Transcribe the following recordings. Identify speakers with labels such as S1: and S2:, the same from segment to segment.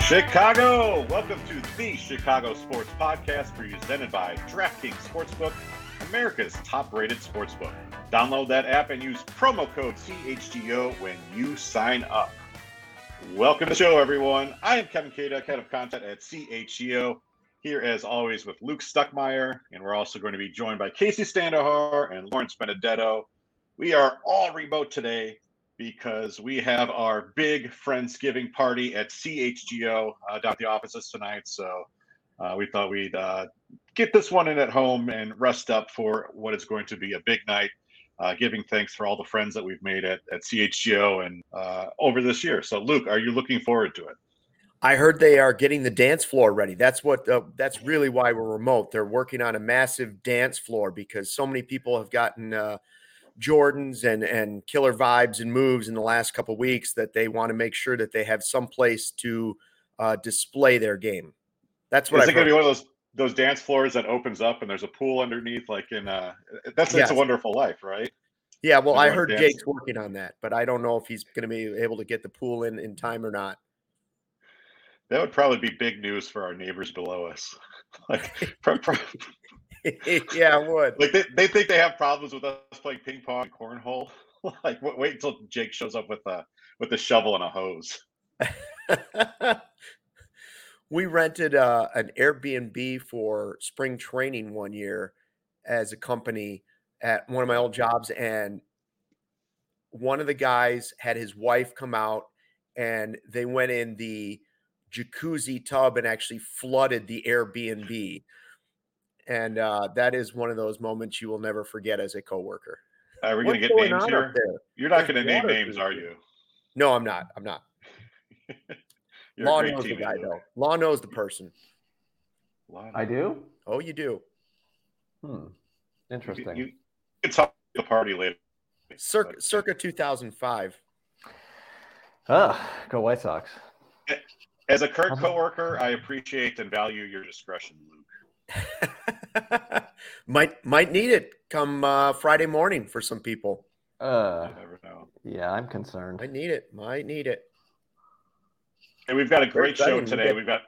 S1: Chicago, welcome to the Chicago Sports Podcast presented by DraftKings Sportsbook, America's top rated sportsbook. Download that app and use promo code CHGO when you sign up. Welcome to the show, everyone. I am Kevin Kaduk, head of content at CHGO, here as always with Luke Stuckmeyer, and we're also going to be joined by Casey Standahar and Lawrence Benedetto. We are all remote today because we have our big Friendsgiving party at CHGO uh, down at the offices tonight. So uh, we thought we'd uh, get this one in at home and rest up for what is going to be a big night, uh, giving thanks for all the friends that we've made at, at CHGO and uh, over this year. So, Luke, are you looking forward to it?
S2: I heard they are getting the dance floor ready. That's what. Uh, that's really why we're remote. They're working on a massive dance floor because so many people have gotten uh, Jordans and and killer vibes and moves in the last couple weeks that they want to make sure that they have some place to uh, display their game. That's what
S1: Is
S2: I
S1: it going to
S2: heard.
S1: be one of those those dance floors that opens up and there's a pool underneath, like in uh, that's it's
S2: Yes.
S1: a Wonderful Life, right?
S2: yeah, well, I
S1: like
S2: heard
S1: dance.
S2: Jake's working on that, but I don't know if he's going to be able to get the pool in in time or not.
S1: That would probably be big news for our neighbors below us. like, pro- pro-
S2: yeah, I would.
S1: like they, they think they have problems with us playing ping pong and cornhole. like wait, wait until Jake shows up with a with a shovel and a hose.
S2: we rented uh, an Airbnb for spring training one year as a company at one of my old jobs, and one of the guys had his wife come out, and they went in the jacuzzi tub and actually flooded the Airbnb. And uh, that is one of those moments you will never forget as a coworker.
S1: Are we
S2: What's
S1: gonna get
S2: going
S1: names
S2: on up
S1: here?
S2: there?
S1: You're not
S2: There's
S1: gonna name
S2: water
S1: names,
S2: through
S1: are
S2: here.
S1: you?
S2: No, I'm not. I'm not.
S1: You're a
S2: Law
S1: great
S2: knows the
S1: teammate,
S2: guy,
S1: Luke.
S2: though. Law knows the person.
S1: Law
S3: I
S1: knows-
S3: do.
S2: Oh, you do.
S3: Hmm.
S1: you-
S3: Interesting.
S1: You, you can talk at the party later.
S2: Circa,
S1: But-
S2: circa 2005.
S3: Ah, go White Sox.
S1: As a current
S3: How about-
S1: coworker, I appreciate and value your discretion, Luke.
S2: might might need it come uh, Friday morning for some people.
S3: Uh,
S1: You never know.
S3: yeah, I'm concerned.
S2: Might need it. Might need it.
S1: And we've got a
S2: Very
S1: great show
S2: exciting.
S1: today.
S2: We got-
S1: We've got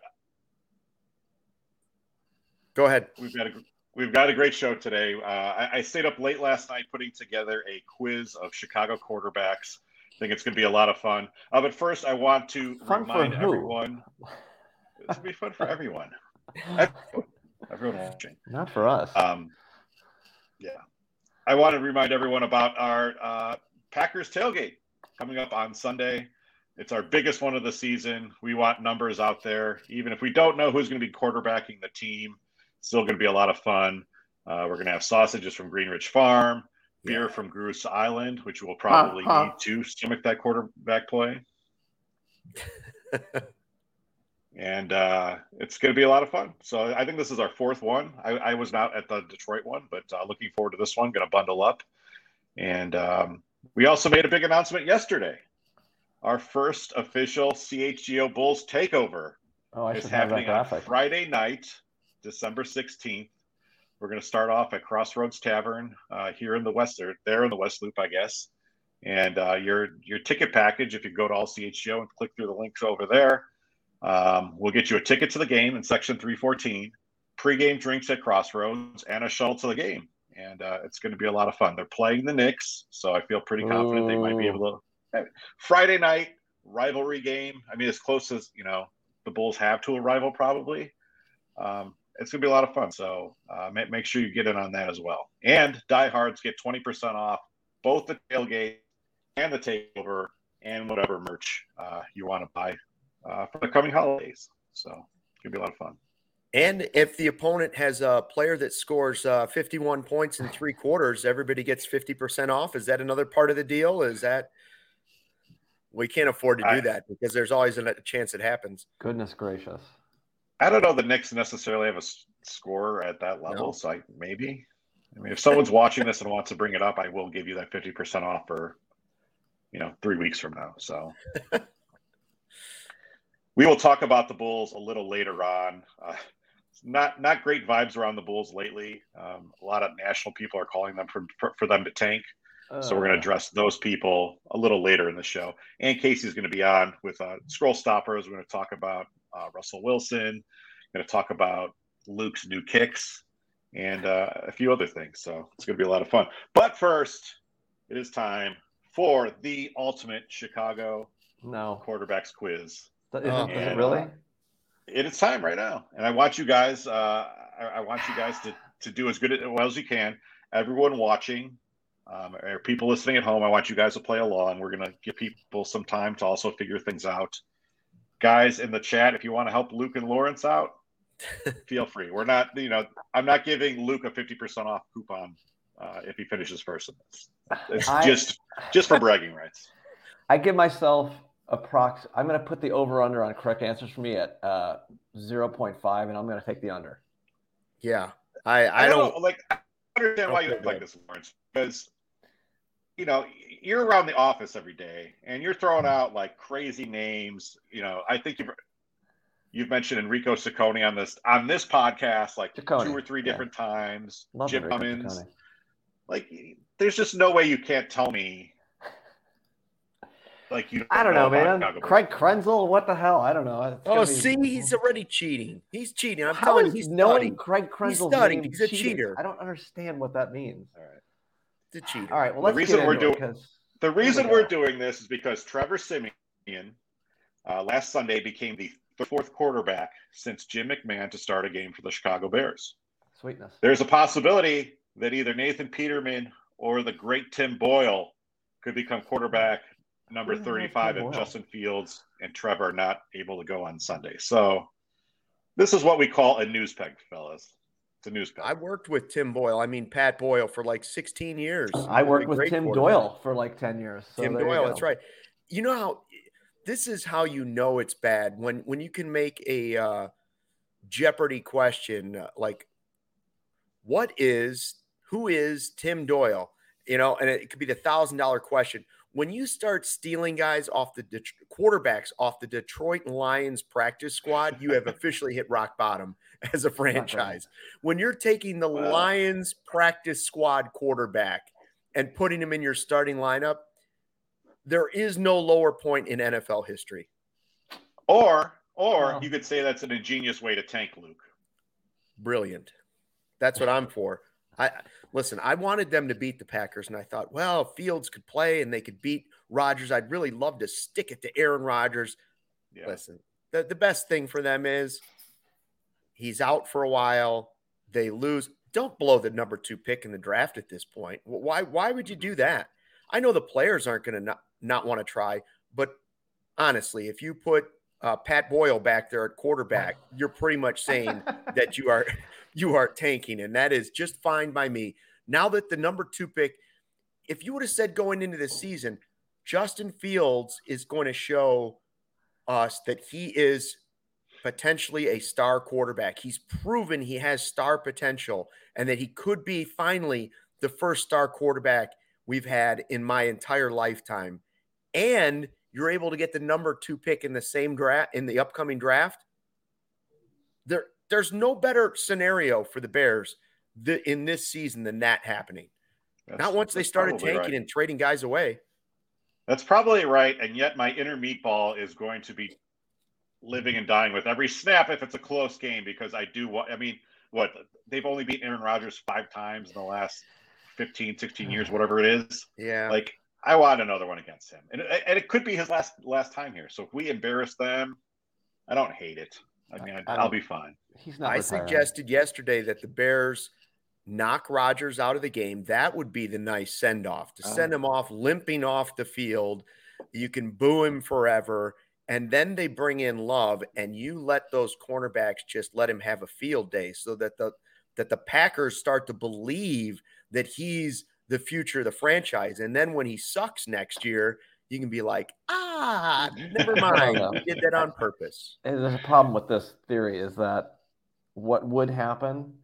S2: Go ahead.
S1: we've got a we've got a great show today. Uh, I, I stayed up late last night putting together a quiz of Chicago quarterbacks. I think it's going to be a lot of fun. Uh, but first, I want to
S3: Fun for
S1: remind
S3: who?
S1: everyone it's going to be fun for everyone, everyone, everyone watching.
S3: Not for us.
S1: Um, yeah, I want to remind everyone about our uh, Packers tailgate coming up on Sunday. It's our biggest one of the season. We want numbers out there, even if we don't know who's going to be quarterbacking the team. It's still going to be a lot of fun. Uh, we're going to have sausages from Greenridge Farm, beer from Goose Island, which we'll probably
S3: huh.
S1: need to stomach that quarterback play. and uh, it's going to be a lot of fun. So I think this is our fourth one. I, I was not at the Detroit one, but uh, looking forward to this one. Going to bundle up, and um, we also made a big announcement yesterday. Our first official CHGO Bulls takeover
S3: oh, I
S1: is
S3: should have that
S1: happening on
S3: graphic.
S1: Friday night, December sixteenth. We're going to start off at Crossroads Tavern uh, here in the West, or there in the West Loop, I guess. And uh, your your ticket package, if you go to all CHGO and click through the links over there, um, we'll get you a ticket to the game in section three fourteen, pregame drinks at Crossroads, and a shuttle to the game. and uh, it's going to be a lot of fun. They're playing the Knicks, so I feel pretty confident they might be able to. uh, Friday night rivalry game. I mean, as close as you know the Bulls have to a rival, probably. Um, it's going to be a lot of fun. So uh, make, make sure you get in on that as well. And diehards get 20% off both the tailgate and the takeover and whatever merch uh, you want to buy uh, for the coming holidays. So it's going to be a lot of fun.
S2: And if the opponent has a player that scores uh, 51 points in three quarters, everybody gets 50% off. Is that another part of the deal? Is that we can't afford to do
S1: I-
S2: that because there's always a chance it happens.
S3: Goodness gracious.
S1: I don't know the Knicks necessarily have a s- scorer at that level.
S2: No.
S1: So I, maybe. I mean, if someone's watching this and wants to bring it up, I will give you that 50% off for, you know, three weeks from now. So we will talk about the Bulls a little later on. Uh, not not great vibes around the Bulls lately. Um, a lot of national people are calling them for, for, for them to tank. So we're going to
S3: Uh,
S1: address those people a little later in the show. And Casey's going to be on with uh, Scroll Stoppers. We're going to talk about uh, Russell Wilson. Going to talk about Luke's new kicks and uh, a few other things. So it's going to be a lot of fun. But first, it is time for the ultimate Chicago
S3: No.
S1: quarterbacks quiz.
S3: Th- Is, it, is
S1: Yeah.
S3: it really?
S1: It is time right now, and I want you guys. Uh, I, I want you guys to to do as good as well as you can. Everyone watching, um, or people listening at home, I want you guys to play along. We're gonna give people some time to also figure things out. Guys in the chat, if you want to help Luke and Lawrence out, feel free. We're not, you know, I'm not giving Luke a 50% off coupon uh, if he finishes first in this. It's
S3: I-
S1: just just for bragging rights.
S3: I give myself a prox. I'm going to put the over under on correct answers for me at uh, 0.5, and I'm going to take the under.
S2: Yeah. I, I don't,
S1: know, like I understand why you
S2: Okay,
S1: look like
S2: good.
S1: this, Lawrence, because you know you're around the office every day and you're throwing
S2: Mm-hmm.
S1: out like crazy names. You know, I think you've you've mentioned Enrico Ciccone on this on this podcast like
S3: Ciccone,
S1: two or three
S3: yeah.
S1: different times.
S3: Love
S1: Jim
S3: Enrico
S1: Cummins,
S3: Ciccone.
S1: like there's just no way you can't tell me. Like you,
S3: I don't know,
S1: about
S3: man.
S1: Chicago Bulls.
S3: Craig Krenzel, what the hell? I don't know. It's
S2: oh,
S3: gonna be-
S2: see, he's already cheating. He's cheating. I'm
S3: How
S2: telling
S3: is
S2: you, he's
S3: knowing
S2: knowing
S3: Craig Krenzel's
S2: studying.
S3: name
S2: He's a
S3: cheating?
S2: cheater.
S3: I don't understand what that means.
S1: All right.
S2: the cheater.
S3: All right, well,
S1: The
S3: let's
S1: reason
S3: get
S1: we're
S3: into it,
S1: doing-
S3: 'cause-
S1: The reason
S3: go.
S1: we're doing this is because Trevor Simeon uh, last Sunday became the fourth quarterback since Jim McMahon to start a game for the Chicago Bears.
S3: sweetness.
S1: There's a possibility that either Nathan Peterman or the great Tim Boyle could become quarterback number
S3: Who the hell is
S1: 35
S3: Tim
S1: if
S3: Boyle?
S1: Justin Fields and Trevor are not able to go on Sunday. So this is what we call a news peg, fellas. It's a news peg.
S2: I worked with Tim Boyle. I mean, Pat Boyle for like 16 years.
S3: I
S2: He's a
S3: worked with
S2: great
S3: Tim
S2: quarterback.
S3: Doyle for like 10 years. So
S2: Tim
S3: there you
S2: Doyle.
S3: go.
S2: That's right. You know how this is how you know it's bad when when you can make a uh, Jeopardy question uh, like, "What is who is Tim Doyle?" You know, and it could be the thousand dollar question. When you start stealing guys off the Det- quarterbacks off the Detroit Lions practice squad, you have officially hit rock bottom as a franchise. When you're taking the
S1: Well-
S2: Lions practice squad quarterback and putting him in your starting lineup, there is no lower point in NFL history.
S1: or or
S3: Wow.
S1: you could say that's an ingenious way to tank Luke.
S2: Brilliant. That's what I'm for. I listen, I wanted them to beat the Packers, and I thought, well, Fields could play and they could beat Rodgers. I'd really love to stick it to Aaron Rodgers.
S1: Yeah.
S2: Listen, the, the best thing for them is he's out for a while. They lose. Don't blow the number two pick in the draft at this point. Wh- Why why would you do that? I know the players aren't going to not, not want to try, but honestly, if you put uh, Pat Boyle back there at quarterback, you're pretty much saying that you are you are tanking, and that is just fine by me. Now that the number two pick, if you would have said going into the season, Justin Fields is going to show us that he is potentially a star quarterback. He's proven he has star potential and that he could be finally the first star quarterback we've had in my entire lifetime. And you're able to get the number two pick in the same draft in the upcoming draft there there's no better scenario for the Bears th- in this season than that happening.
S1: That's-
S2: Not once they
S1: that's
S2: started
S1: probably
S2: tanking
S1: right.
S2: and trading guys away.
S1: That's probably right. And yet, my inner meatball is going to be living and dying with every snap if it's a close game because I do want, I mean, what they've only beaten Aaron Rodgers five times in the last 15, 16 years, whatever it is.
S2: Yeah.
S1: Like I want another one against him, and and it could be his last last time here. So if we embarrass them, I don't hate it. I mean, I,
S3: I-
S1: I'll be fine.
S3: He's not.
S2: I
S3: retiring.
S2: suggested yesterday that the Bears knock Rodgers out of the game. That would be the nice send off to send him off limping off the field. You can boo him forever. And then they bring in love and you let those cornerbacks just let him have a field day so that the that the Packers start to believe that he's the future of the franchise. And then when he sucks next year, you can be like, ah, never mind.
S3: know.
S2: You did that on purpose.
S3: And there's a problem with this theory is that what would happen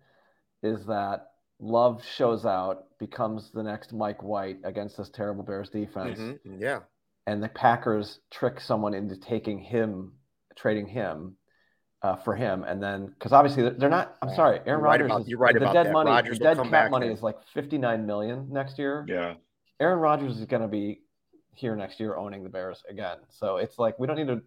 S3: is that Love shows out, becomes the next Mike White against this terrible Bears defense,
S2: Mhm. Yeah.
S3: and the Packers trick someone into taking him, trading him uh, for him, and then because obviously they're- they're not. I'm sorry, Aaron
S2: You're right
S3: Rodgers.
S2: about-
S3: is-
S2: you're right
S3: the
S2: about
S3: dead
S2: that.
S3: money.
S2: Rodgers
S3: the
S2: will
S3: dead
S2: come
S3: cap
S2: back
S3: money
S2: then.
S3: is like 59 million next year.
S1: Yeah,
S3: Aaron Rodgers is going to be here next year owning the Bears again. So it's like we don't need to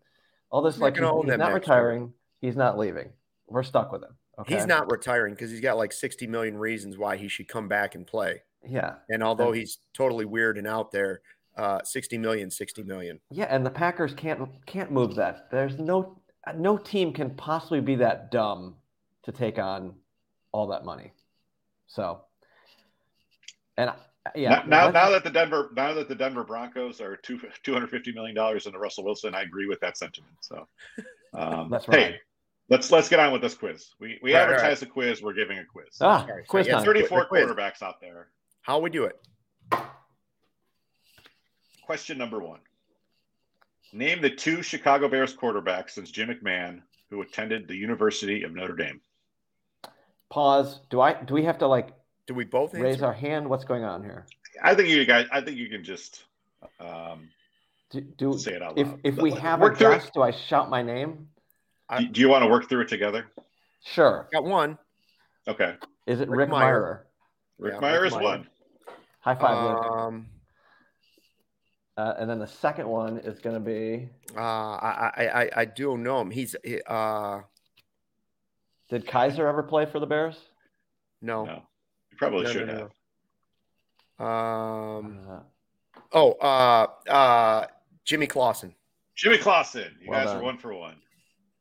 S3: all this
S2: He's not
S3: like he's,
S2: gonna own
S3: he's
S2: them
S3: not
S2: next year.
S3: retiring, he's not leaving. We're stuck with him. Okay?
S2: He's not retiring because he's got like 60 million reasons why he should come back and play.
S3: Yeah.
S2: And although
S3: Yeah.
S2: he's totally weird and out there, uh, 60 million, 60 million.
S3: Yeah, and the Packers can't can't move that. There's no no team can possibly be that dumb to take on all that money. So and I- yeah,
S1: Now, now,
S3: let's-
S1: now that the Denver now that the Denver Broncos are two two hundred fifty million dollars into Russell Wilson, I agree with that sentiment. So, um,
S3: That's
S1: Hey,
S3: right.
S1: let's let's get on with this quiz. We we
S2: Right,
S1: advertise a quiz. We're giving a quiz.
S3: ah,
S2: Sorry, sorry,
S3: quiz
S2: yeah,
S3: time.
S2: sorry.
S1: Thirty four
S2: The quiz.
S1: quarterbacks out there.
S2: How we do it?
S1: Question number one. Name the two Chicago Bears quarterbacks since Jim McMahon who attended the University of Notre Dame.
S3: Pause. Do I do we have to like
S2: Do we both
S3: raise
S2: answer?
S3: our hand? What's going on here?
S1: I think you guys. I think you can just um,
S3: Do, do
S1: say it out
S3: if
S1: loud.
S3: if we
S1: Like,
S3: have a
S1: work through
S3: guest, do I shout my name?
S1: it. Do, do you want to work through it together?
S3: Sure.
S2: Got one.
S1: Okay.
S3: Is it
S2: Rick
S3: Rick,
S2: Meyer.
S3: Meyer?
S1: Rick
S2: Yeah,
S1: Meyer
S2: Rick
S1: is
S2: Meyer.
S1: one.
S3: High five, Rick.
S2: Um,
S3: Uh, and then the second one is going to be
S2: uh, I, I, I, I do know him. He's he- uh,
S3: Did Kaiser ever play for the Bears?
S2: no.
S1: No, you probably
S2: No, no,
S1: should
S2: no,
S1: have.
S2: no. Um,
S3: Uh,
S2: oh, uh, uh, Jimmy Clausen.
S1: Jimmy Clausen. You
S3: Well
S1: guys are
S3: done.
S1: one for one.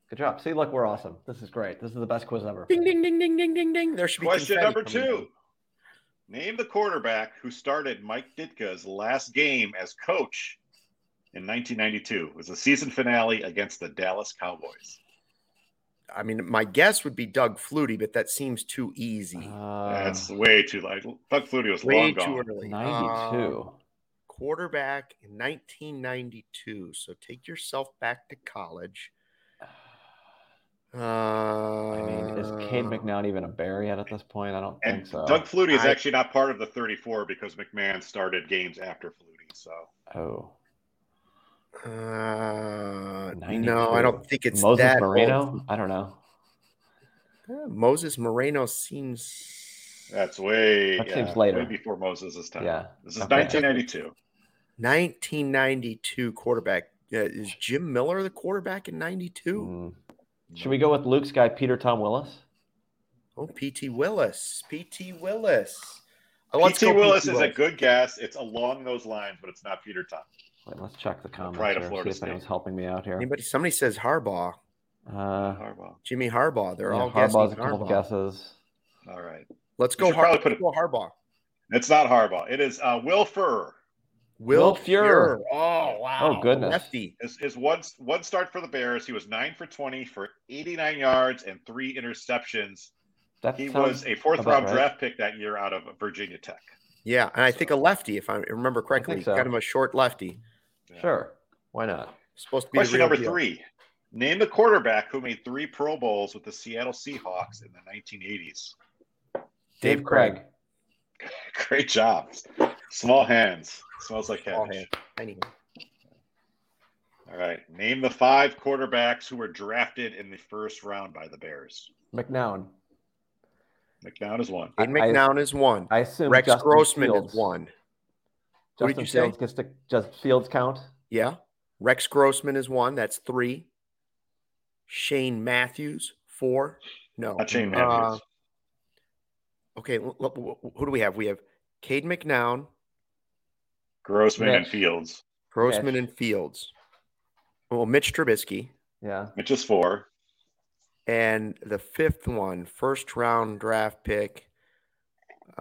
S3: good job. See, look, we're awesome. This is great. This is the best quiz ever.
S2: Ding, ding, ding, ding, ding, ding, ding. There should be
S1: Question
S2: confetti
S1: number
S2: coming
S1: two. Name the quarterback who started Mike Ditka's last game as coach in 1992. It was the season finale against the Dallas Cowboys.
S2: down. I mean, my guess would be Doug Flutie, but that seems too easy.
S3: Uh,
S1: That's way too late. Doug Flutie was
S2: Way
S1: long gone.
S2: too early. Um,
S3: 92.
S2: quarterback in 1992. So take yourself back to college. Uh,
S3: I mean, is Cade McNaught even a Bear yet at this point? I don't
S1: uh, And
S3: think so.
S1: Doug Flutie is
S2: I-
S1: actually not part of the 34 because McMahon started games after Flutie. So
S3: oh,
S2: uh, no,
S3: 92.
S2: I don't think it's
S3: Moses
S2: that
S3: Moreno?
S2: old.
S3: I don't know.
S2: Uh, Moses Moreno seems
S1: that's way
S3: That seems later.
S1: way before Moses' time.
S3: Yeah.
S1: This is
S3: Okay.
S1: 1992.
S2: 1992 quarterback. Yeah, is Jim Miller the quarterback in 92?
S3: Mm. Should we go with Luke's guy, Peter Tom Willis?
S2: Oh, P.T. Willis. P.T. Willis. Uh, let's
S1: P.T.
S2: go
S1: Willis
S2: P.T.
S1: is a good guess. It's along those lines, but it's not Peter Thompson.
S3: Wait, let's check the comments
S1: pride of
S3: here,
S1: Florida
S3: see if
S1: State.
S3: anyone's helping me out here.
S2: Anybody, somebody says Harbaugh.
S3: Uh,
S1: Harbaugh.
S2: Jimmy Harbaugh. They're
S3: yeah,
S2: all
S3: Harbaugh's
S2: guessing
S3: a couple
S2: Harbaugh.
S3: of guesses.
S1: All right.
S2: Let's
S1: We
S2: go
S1: should probably
S2: Harbaugh.
S1: put
S2: Let's
S1: it-
S2: go Harbaugh.
S1: It's not Harbaugh. It is uh, Will Furr.
S3: Will Fuhrer.
S2: Fuhrer. Oh wow.
S3: Oh, goodness.
S2: Lefty.
S1: Is, is one one start for the Bears. He was nine for 20 for 89 yards and three interceptions.
S3: That
S1: He
S3: sounds
S1: was a fourth
S3: about
S1: round
S3: right.
S1: draft pick that year out of Virginia Tech.
S2: Yeah, and I think a lefty, if I remember correctly.
S3: think so.
S2: Got him a short lefty.
S1: Yeah.
S3: Sure. Why not?
S2: Supposed to be the
S1: Question
S2: real
S1: number
S2: deal.
S1: three. Name the quarterback who made three Pro Bowls with the Seattle Seahawks in the 1980s.
S2: Dave
S3: Dave Craig.
S2: Craig.
S1: Great job. Small hands. Smells like
S2: Small
S1: cabbage.
S2: hand. Tiny.
S1: All right. Name the five quarterbacks who were drafted in the first round by the Bears.
S3: McNown.
S1: McNown is one.
S3: I-
S2: Aiden McNown is one.
S3: I assume
S2: Rex
S3: Justin
S2: Grossman
S3: Fields.
S2: is one. Who did
S3: Justin
S2: you say?
S3: Fields gets to just Fields count.
S2: Yeah. Rex Grossman is one. That's three. Shane Matthews, four. No.
S1: Not Shane
S2: Uh,
S1: Matthews.
S2: Okay, l- l- wh- who do we have? We have Cade McNown,
S1: Grossman and
S3: Mitch.
S1: Fields,
S2: Grossman,
S3: Mitch.
S2: and Fields. Well, Mitch Trubisky,
S3: Yeah.
S1: which is four.
S2: and the fifth one, first round draft pick,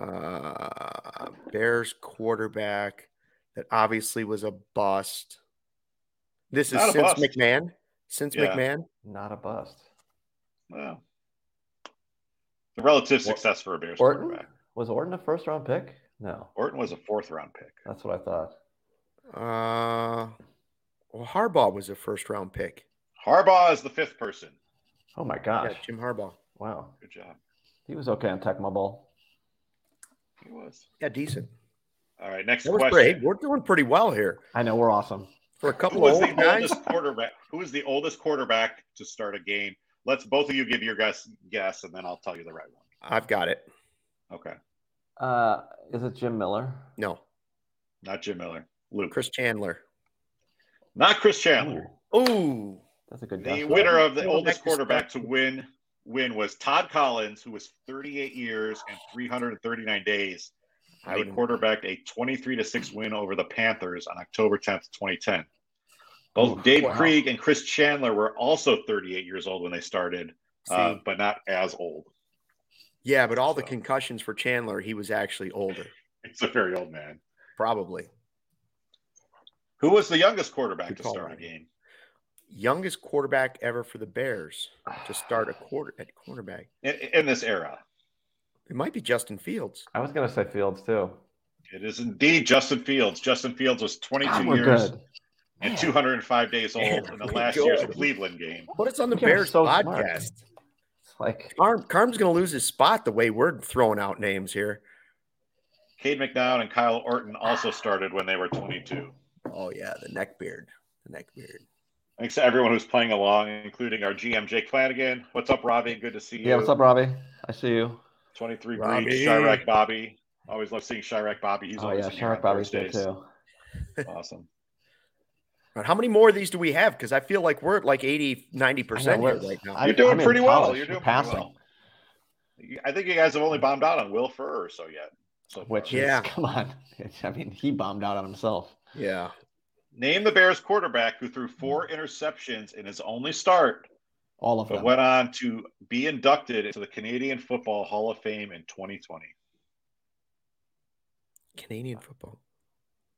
S2: uh, Bears quarterback that obviously was a bust. This is
S1: Not a
S2: since
S1: bust.
S2: McMahon. Since
S1: Yeah.
S2: McMahon,
S3: Not a bust.
S1: Well, the relative
S3: Or-
S1: success for a Bears
S3: Orton
S1: quarterback.
S3: was Orton a first round pick? No,
S1: Orton was a fourth round pick.
S3: that's what I thought.
S2: uh, well, Harbaugh was a first round pick.
S1: Harbaugh is the fifth person.
S3: Oh my
S2: Yeah,
S3: gosh!
S2: Jim Harbaugh.
S3: Wow,
S1: Good job.
S3: he was okay on Tecmo Bowl.
S1: He was.
S2: Yeah, decent.
S1: All right, next
S2: That was
S1: question.
S2: great. We're doing pretty well here
S3: I know we're awesome.
S2: for a
S1: Who
S2: couple
S1: was
S2: of
S1: the
S2: old guys.
S1: oldest quarterback? Who is the oldest quarterback to start a game? Let's both of you give your guess, guess, and then I'll tell you the right one.
S2: I've got it.
S1: Okay,
S3: Uh, is it Jim Miller?
S2: No,
S1: not Jim Miller, Luke,
S2: Chris Chandler.
S1: not Chris Chandler.
S3: Ooh,
S2: Ooh,
S3: that's a good guess.
S1: The winner of the
S2: Well,
S1: oldest
S2: that's
S1: quarterback to win win was Todd Collins, who was 38 years and 339 days.
S2: I
S1: He
S2: would-
S1: quarterbacked a 23 to 6 win over the Panthers on October 10th, 2010. Both
S3: Ooh,
S1: Dave
S3: wow.
S1: Krieg and Chris Chandler were also 38 years old when they started, uh,
S2: See?
S1: but not as old.
S2: yeah, but all the
S1: so.
S2: concussions for Chandler, he was actually older,
S1: It's a very old man.
S2: probably.
S1: Who was the youngest quarterback
S2: Good
S1: to
S2: call,
S1: start a
S2: Ryan.
S1: game?
S2: Youngest quarterback ever for the Bears to start a quarter at quarterback.
S1: In, in this era,
S2: It might be Justin Fields.
S3: I was gonna say Fields too.
S1: it is indeed Justin Fields. Justin Fields was 22
S3: God, we're
S1: years
S3: good.
S1: and 205 days old
S2: Man,
S1: in the
S2: we're
S1: last year's
S2: good.
S1: Cleveland game.
S2: Put us on the
S3: You guys are
S2: Bears
S3: so smart.
S2: podcast.
S3: It's like
S2: Carm, Carm's going to lose his spot the way we're throwing out names here.
S1: Cade McDowell and Kyle Orton also started when they were 22.
S2: Oh yeah, the neck beard, the neck beard.
S1: Thanks to everyone who's playing along, including our GM Jake Flanagan. What's up, Robbie? Good to see you.
S3: yeah. What's up, Robbie? I see you.
S1: 23
S2: Robbie.
S1: Breach, Chirac Bobby. Always love seeing Chirac Bobby. He's
S3: oh
S1: always
S3: yeah,
S1: in here
S3: Shark
S1: on
S3: Bobby's there
S1: Thursdays.
S3: too.
S1: Awesome.
S2: All right, how many more of these do we have? Because I feel like we're at like 80, 90 percent
S3: I know,
S2: here
S3: we're-
S2: right now.
S3: I-
S1: You're doing
S3: I'm in
S1: pretty well.
S3: college.
S1: You're doing pretty
S3: We're passing.
S1: well. You- I think you guys have only bombed out on Will Furr or so yet. So far.
S3: Which
S2: Yeah.
S3: is come on. I mean, he bombed out on himself.
S2: yeah,
S1: name the Bears quarterback who threw four interceptions in his only start,
S3: All of
S1: but
S3: them.
S1: went on to be inducted into the Canadian Football Hall of Fame in 2020.
S2: Canadian football.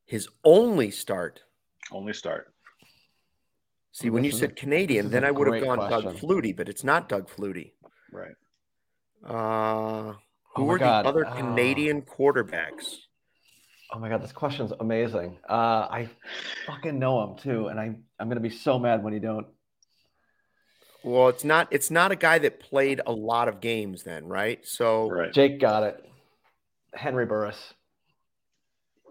S2: His only start.
S1: Only start.
S2: See, when you
S3: This is a-
S2: said Canadian,
S3: this is
S2: then
S3: a
S2: I would have
S3: great
S2: gone Doug
S3: question.
S2: Flutie, but it's not Doug Flutie.
S1: Right.
S2: Uh, who
S3: Oh my
S2: are
S3: God,
S2: the other
S3: uh,
S2: Canadian quarterbacks?
S3: Oh my god, this question's amazing. Uh, I fucking know him too, and I I'm gonna be so mad when you don't.
S2: Well, it's not. It's not a guy that played a lot of games, then, right? So,
S1: Right.
S3: Jake got it. Henry Burris.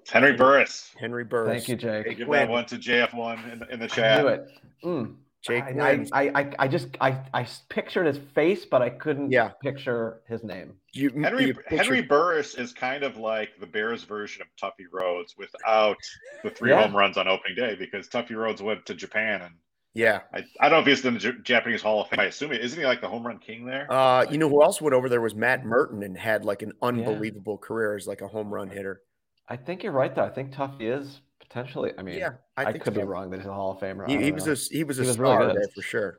S1: Henry Burris.
S2: Henry Burris.
S3: Thank you, Jake.
S1: Give
S2: Quinn.
S1: that one to JF1 in the, in the
S3: I
S1: chat.
S3: knew it. Mm.
S2: Jake
S3: I, I,
S2: Williams.
S3: I, I, I just I, I s- pictured his face, but I couldn't
S2: Yeah.
S3: picture his name.
S2: You,
S1: Henry
S2: you pictured-
S1: Henry Burris is kind of like the Bears version of Tuffy Rhodes without the three
S3: Yeah.
S1: home runs on opening day because Tuffy Rhodes went to Japan and
S2: Yeah.
S1: I, I don't know if he's in the J- Japanese Hall of Fame. I assume he isn't he like the home run king there?
S2: Uh, you know who else went over there was Matt Merton and had like an unbelievable career as like a home run hitter.
S3: I think you're right though. I think Tuffy is potentially. I mean,
S2: Yeah,
S3: I,
S2: I, think
S3: could
S2: so.
S3: be wrong. That he's a Hall of Famer. I
S2: He, he
S3: don't
S2: was
S3: know.
S2: a he was a
S3: He was really
S2: star
S3: good.
S2: there for sure.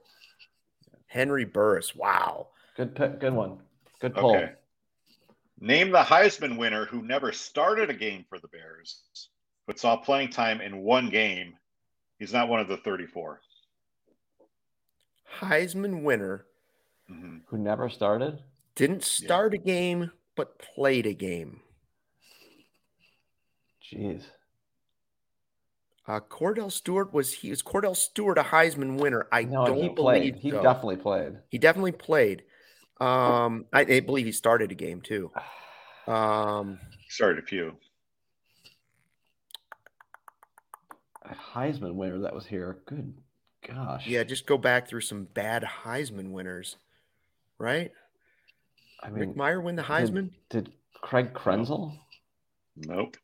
S2: Henry Burris. Wow.
S3: good pick. Good one. Good pull.
S1: Okay. Name the Heisman winner who never started a game for the Bears but saw playing time in one game. He's not one of the 34.
S2: Heisman winner
S1: hmm
S3: Who never started?
S2: didn't
S1: Yeah.
S2: start a game but played a game.
S3: Jeez.
S2: Uh, Cordell Stewart was he was Cordell Stewart a Heisman winner? I
S3: No,
S2: don't
S3: he
S2: believe
S3: played. He
S2: so.
S3: definitely played.
S2: he definitely played. Um, I, I believe he started a game too. Um,
S1: Started a few.
S3: A Heisman winner that was here. Good gosh.
S2: yeah, just go back through some bad Heisman winners, right?
S3: I
S2: Rick
S3: mean,
S2: Meyer win the
S3: did-
S2: Heisman?
S3: Did, Craig Krenzel?
S1: Nope.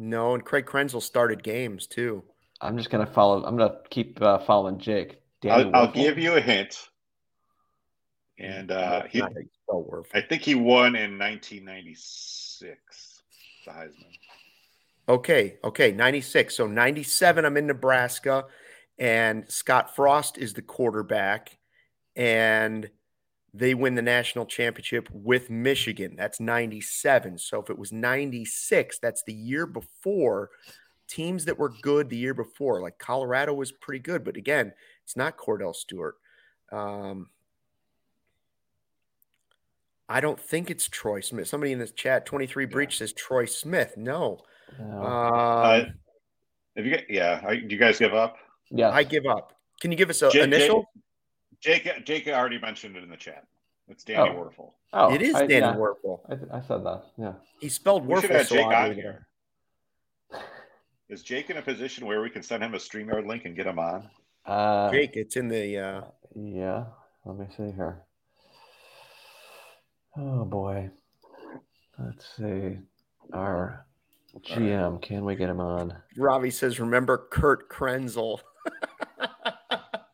S2: No, and Craig Krenzel started games too.
S3: I'm just gonna follow. I'm gonna keep uh, following Jake. Danny
S1: I'll, I'll
S3: Werfel?
S1: give you a hint. And uh, he,
S2: Not Higgs so worth
S1: I think he won in 1996, the Heisman.
S2: Okay, okay, 96. So 97, I'm in Nebraska, and Scott Frost is the quarterback, and they win the national championship with Michigan. That's 97. So if it was 96, that's the year before. Teams that were good the year before, like Colorado was pretty good, but again, it's not Cordell Stewart. Um, I don't think it's Troy Smith. Somebody in the chat, 23 Breach, says Troy Smith. No.
S3: No.
S2: Um,
S1: Uh, if you get, yeah, I, do you guys give up?
S3: yes.
S2: I give up. Can you give us an
S1: uh, Jake-
S2: initial?
S1: Jake, Jake already mentioned it in the chat. It's Danny
S3: Oh.
S1: Werfel.
S3: oh,
S2: it is
S3: I,
S2: Danny
S3: yeah.
S2: Werfel.
S3: I, I said that. Yeah.
S2: He spelled
S1: We should
S2: Werfel
S1: have
S2: so
S1: Jake on
S2: oddly.
S1: here. Is Jake in a position where we can send him a StreamYard link and get him on?
S3: Uh,
S2: Jake, it's in the. Uh,
S3: Yeah. Let me see here. Oh boy. Let's see. Our GM, can we get him on?
S2: Ravi says, "Remember Kurt Krenzel."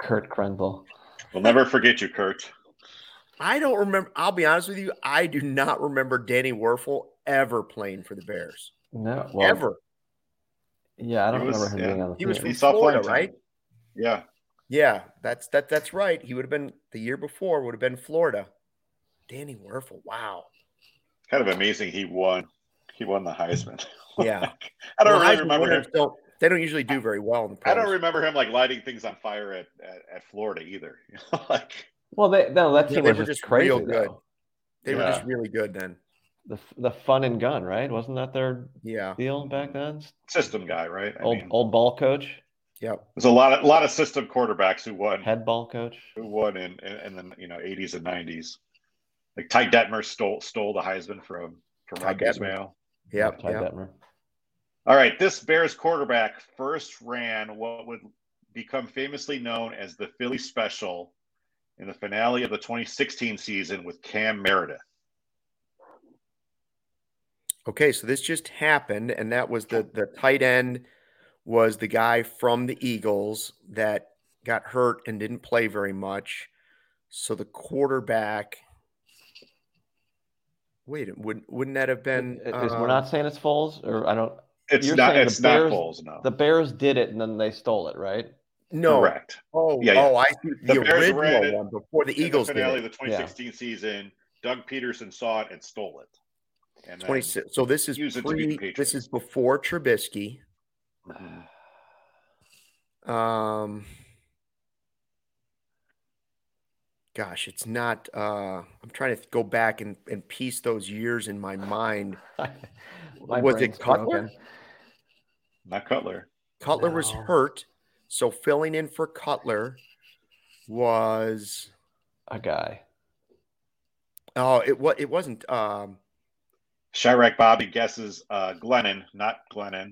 S3: Kurt Krenzel.
S1: We'll never forget you, Kurt.
S2: I don't remember. I'll be honest with you. I do not remember Danny Werfel ever playing for the Bears.
S3: No, well,
S2: ever.
S3: Yeah, I don't
S1: He was-
S3: remember him
S1: yeah.
S3: being on the
S2: He was
S3: team.
S2: from
S1: saw
S2: Florida,
S1: playing time.
S2: right?
S1: Yeah.
S2: Yeah, that's that. That's right. He would have been the year before. Would have been Florida. Danny Werfel. Wow.
S1: Kind of amazing he won. He won the Heisman.
S2: Yeah.
S1: I don't
S2: Well,
S1: really
S2: Heisman
S1: remember him.
S2: winners Don't, they don't usually do very well in the
S1: I don't
S2: pros.
S1: remember him like lighting things on fire at, at, at Florida either. You know, like
S3: Well, they no, that
S2: Yeah,
S3: team
S2: they
S3: was
S2: were
S3: just
S2: just
S3: crazy.
S2: real good.
S3: though.
S2: They were
S1: Yeah.
S2: just really good then.
S3: The the fun and gun, right? Wasn't that their
S2: Yeah.
S3: deal back then?
S1: system guy, right? I
S3: Old
S1: mean,
S3: old ball coach,
S2: Yep.
S1: there's a lot of lot of system quarterbacks who won
S3: head ball coach.
S1: who won in, in, in the you know 80s and 90s. Like Ty Detmer stole stole the Heisman from from
S2: Ty
S1: Rock
S2: Detmer.
S1: Ismail.
S2: Yep.
S3: Ty
S2: yep.
S3: Detmer.
S1: All right, this Bears quarterback first ran what would become famously known as the Philly Special in the finale of the 2016 season with Cam Meredith.
S2: Okay, so this just happened, and that was the the tight end was the guy from the Eagles that got hurt and didn't play very much. So the quarterback. Wait, wouldn't wouldn't that have been?
S3: Is- is- we're
S2: um,
S3: not saying it's Foles, or I don't.
S1: It's
S3: You're
S1: not
S3: saying the
S1: it's not
S3: Bears-
S1: Foles, no.
S3: The Bears did it, and then they stole it, right?
S2: no.
S1: Correct.
S2: Oh,
S1: Yeah, yeah.
S2: oh, I see the,
S1: The Bears ran
S2: original
S1: it
S2: one before the
S1: In
S2: Eagles
S1: the
S2: did
S1: finale
S2: it.
S1: of the 2016 season, Doug Peterson saw it and stole it. And then-
S2: 26. So this is
S1: Use it to beat the
S2: pre,
S1: Patriots.
S2: this is before Trubisky.
S1: Mhm.
S2: Um, gosh, it's not. Uh, I'm trying to go back and, and piece those years in my mind.
S3: My
S2: Was it
S3: brain's
S2: Cutler?
S3: broken.
S1: not Cutler.
S2: Cutler was
S3: No.
S2: hurt, so filling in for Cutler was
S3: A guy.
S2: oh, it was it wasn't. Um,
S1: Chirac Bobby guesses uh, Glennon, not Glennon.